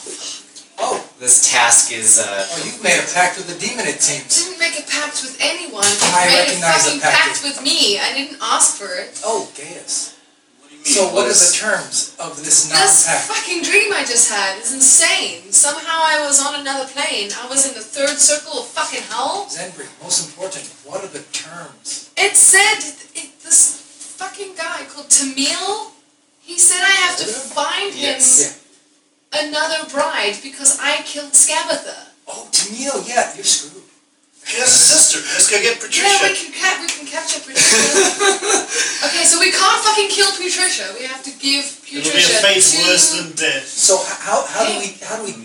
B: Oh,
A: this task is uh,
B: oh, you've made a pact with the demon, it seems.
C: Didn't make a pact with anyone.
B: I
C: made
B: recognize
C: a
B: the
C: fucking
B: pact.
C: pact with me. I didn't ask for it.
B: Oh, Gaius.
E: What do you mean?
B: So what are the
E: is-
B: terms of this
C: This
B: non-pact?
C: fucking dream I just had is insane. Somehow I was on another plane. I was in the third circle of fucking hell.
B: Zenbri, most important, what are the terms?
C: It said it, this fucking guy called Tamil. He said I have to find
E: Yes.
B: Yeah.
C: him another bride because I killed Scabatha.
B: Oh, Tamil, yeah, you're screwed.
D: She has a sister. Let's go get Patricia.
C: Yeah, we can ca- we can capture Patricia.
D: *laughs*
C: okay, so we can't fucking kill Patricia. We have to give
D: it will be a
C: Patricia
D: fate
C: to
D: worse than death.
B: So h- how, how do we, how do we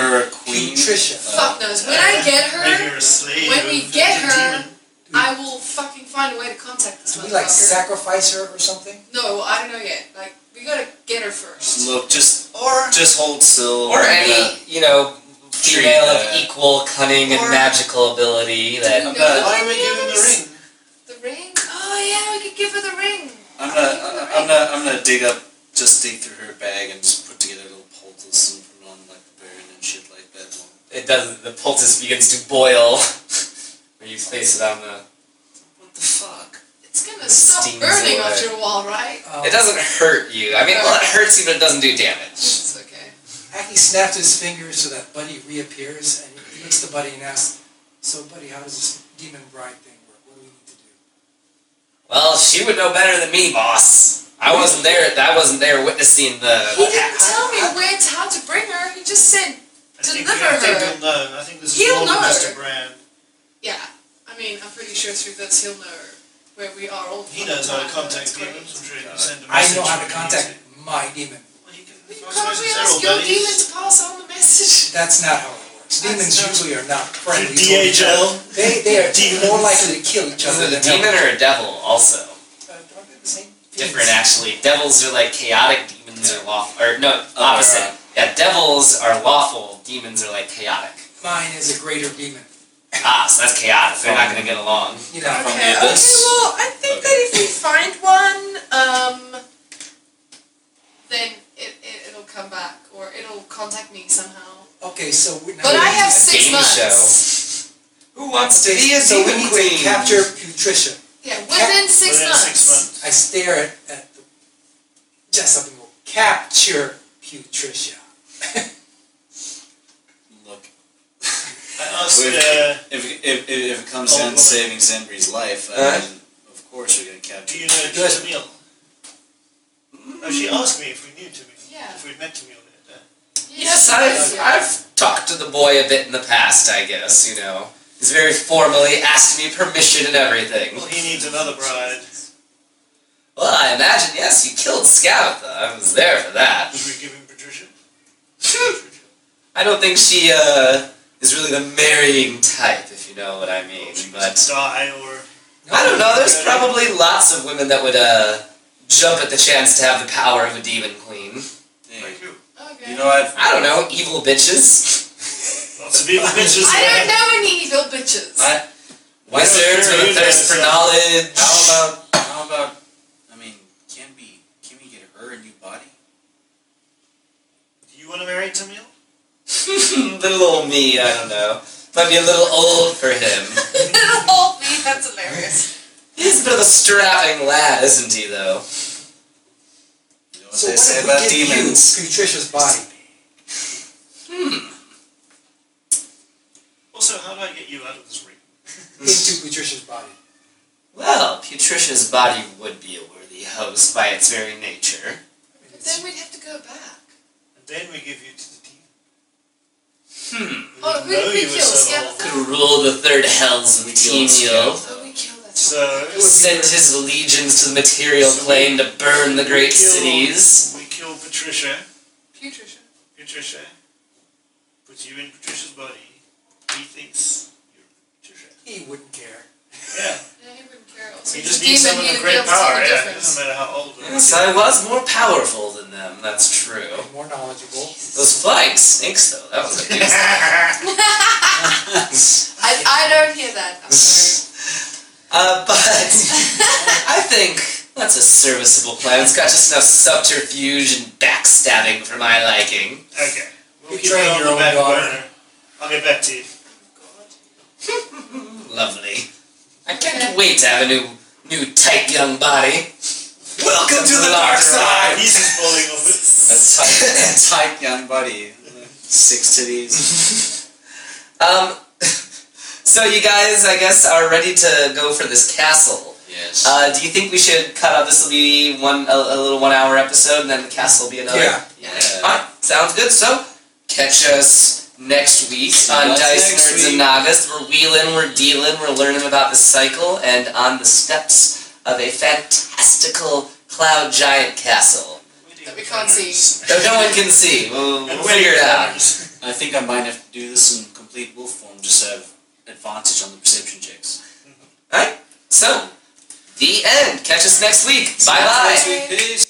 B: give
E: her a queen. uh,
B: Patricia?
C: fuck knows. When I get
D: Make
C: her,
D: her a slave.
C: when we
D: of
C: get
D: the
C: her,
D: demon.
C: I will fucking find a way to contact
B: Do
C: this
B: we like
C: motherfucker.
B: sacrifice her or something?
C: No, I don't know yet. Like, we gotta get her first.
E: Look, just
D: Or
E: just hold still.
A: or
E: I'm
A: any
E: gonna-
A: you know
E: Treat
A: female of e-
E: that.
A: equal cunning and
D: Or-
A: magical ability that
C: No,
E: I'm not.
D: why are we giving the
C: yes.
D: ring?
C: The ring? Oh, yeah, we could give her the ring.
E: I'm gonna I'm gonna I'm gonna dig up just dig through her bag and just put together little poultice and put on like the baron and shit like that.
A: it does the poultice begins to boil *laughs* when you place it on the.
E: What the fuck?
C: It's gonna
A: It
C: stop
A: steams
C: burning
A: away.
C: after a while, right?
B: Um,
A: It doesn't hurt you. I mean, well, it hurts you, but it doesn't do damage.
C: It's okay.
B: Aki snapped his fingers so that Buddy reappears, and he looks to Buddy and asks, "So, Buddy, how does this demon bride thing work? What do we need to do?"
A: Well, she would know better than me, boss. I wasn't there. I wasn't there witnessing
C: He
A: the.
C: didn't tell me where to, how to bring her. He just said,
D: I think,
C: Deliver
D: I think
C: her.
D: you'll know. I think this is
C: You'll
D: more than
C: know
D: just
C: her.
D: a brand.
C: yeah. I mean, I'm pretty sure through this he'll know where we are all.
D: He knows how to
C: That's
D: contact
C: great.
D: demons. I'm sure he can send a
B: I
D: message.
B: know how to
D: when he
B: contact
D: needs
B: my demon.
D: it. Well, he can-
C: We
D: I
C: can't
D: suppose
C: we
D: it's
C: ask
D: all
C: your
D: buddies.
C: demon to pass on the message?
B: That's not how it works. Demons
C: That's
B: usually are not
D: Through
B: friendly. towards each other.
D: DHL.
B: They they are
D: Demons.
B: more likely to kill each
A: Is
B: other
A: it a
B: than
A: demon or a devil? Also
B: Uh, aren't they the same?
A: different,
B: Demons.
A: actually. Devils are like chaotic. Demons are lawful. Or no, opposite.
E: right.
A: Yeah, devils are lawful. Demons are like chaotic.
B: Mine is a greater demon.
A: Ah, so that's chaotic. They're not going to get along.
B: You
E: Okay.
B: know.
E: From the abyss?
C: well, I think that if we find one, um, then it, it, it'll come back, or it'll contact me somehow.
B: Okay, so we're now
C: But
B: we
C: I
B: need
C: have
B: to-
C: six
A: game
C: months.
A: Who wants to be a
B: So we
A: demon
B: need
A: queen?
B: to capture Patricia.
C: Yeah, within six
D: Within
C: months.
D: six months.
B: I stare at, at the just something will capture Patricia.
E: Look,
D: I asked,
E: Wait.
D: uh,
E: if if if, if it comes
D: Oh,
E: in
D: Lord.
E: saving Zenbri's life, I
A: Huh?
E: mean, of course you're gonna
D: do
E: capture.
D: you know
B: Good.
D: Tamil? No, she asked me if we knew Tamil.
C: Yeah.
D: If we'd met Tamil that day.
A: Yes, I've, I've talked to the boy a bit in the past, I guess, you know. He's very formally asked me permission and everything.
D: Well, he needs another bride.
A: Well, I imagine, yes, you killed Scabatha. I was there for that. *laughs*
D: Should we give him Patricia?
A: I don't think she, uh, is really the marrying type, if you know what I mean,
D: She
A: but...
D: must die or
A: I don't know. There's probably lots of women that would uh, jump at the chance to have the power of a demon queen.
E: Yeah.
D: like who?
C: Okay.
E: You know I've
A: I don't know, evil bitches,
D: Lots of evil bitches.
C: I
D: there.
C: don't know any evil bitches. *laughs*
E: I-
A: wizards with a thirst for knowledge. *laughs*
E: How about how about I mean, can we can we get her a new body?
D: Do you want to marry Tamil?
A: little old me, I don't know. Might be a little old for him.
C: Little old me, that's hilarious.
A: He's a bit of a strapping lad, isn't he, though?
E: You know, what they say about
B: give
E: demons.
B: you Patricia's body?
D: Also, how do I get you out of this ring?
B: Into Patricia's body.
A: Well, Putricia's body would be a worthy host by its very nature.
C: But then we'd have to go back.
D: And then we give you to the demon.
A: Hmm.
D: We
C: Oh,
D: didn't
C: we,
D: know
C: we
D: you were
C: kill
D: so
C: Scabatha.
A: Could rule the third hells of Temio.
C: Oh, we kill that.
D: So,
B: It would be
A: Sent
B: very-
A: his legions to the material plane to burn the great cities.
D: we kill Patricia.
C: Putrefaction.
D: Patricia. Put you in Patricia's body. He thinks you're Patricia.
B: He wouldn't care.
D: Yeah.
C: Yeah, he wouldn't care.
D: You just need someone with great power. Yeah. It doesn't matter how old. they are.
A: Yes, I was more powerful than them, that's true.
B: He's more knowledgeable.
A: Those flying snakes, though, that
D: *laughs*
A: was a
E: *laughs*
A: doozy.
C: *laughs* I, I don't hear that. I'm
D: *laughs*
C: sorry.
A: Uh, but *laughs* I think that's a serviceable plan. It's got just enough subterfuge and backstabbing for my liking.
D: okay. We'll
B: You
D: keep
B: train
D: it on
B: your
D: the
B: own
D: back
B: daughter.
D: burner. I'll get back to you.
C: Oh,
A: Lovely. I can't wait to have a new, new tight young body.
E: Welcome to the dark
A: Larger
E: side.
D: He's just falling off it.
E: A tight, a tight young buddy, six titties.
A: Um, *laughs* so you guys, I guess, are ready to go for this castle.
E: Yes.
A: Uh, do you think we should cut out? This will be one a, a little one hour episode, and then the castle will be another.
B: Yeah.
E: Yeah.
A: Alright, sounds good. So, catch us next week on
E: us
A: Dice
E: next
A: Nerds and
E: week.
A: Novice. We're wheeling, we're dealing, we're learning about the cycle and on the steps of a fantastical cloud giant castle
C: That we can't see.
A: that no one can see. We'll,
D: And
A: we'll figure it out.
E: I think I might have to do this in complete wolf form, just to have advantage on the perception checks.
A: So, the end. Catch us next week. Bye bye.
E: Next week, Peace.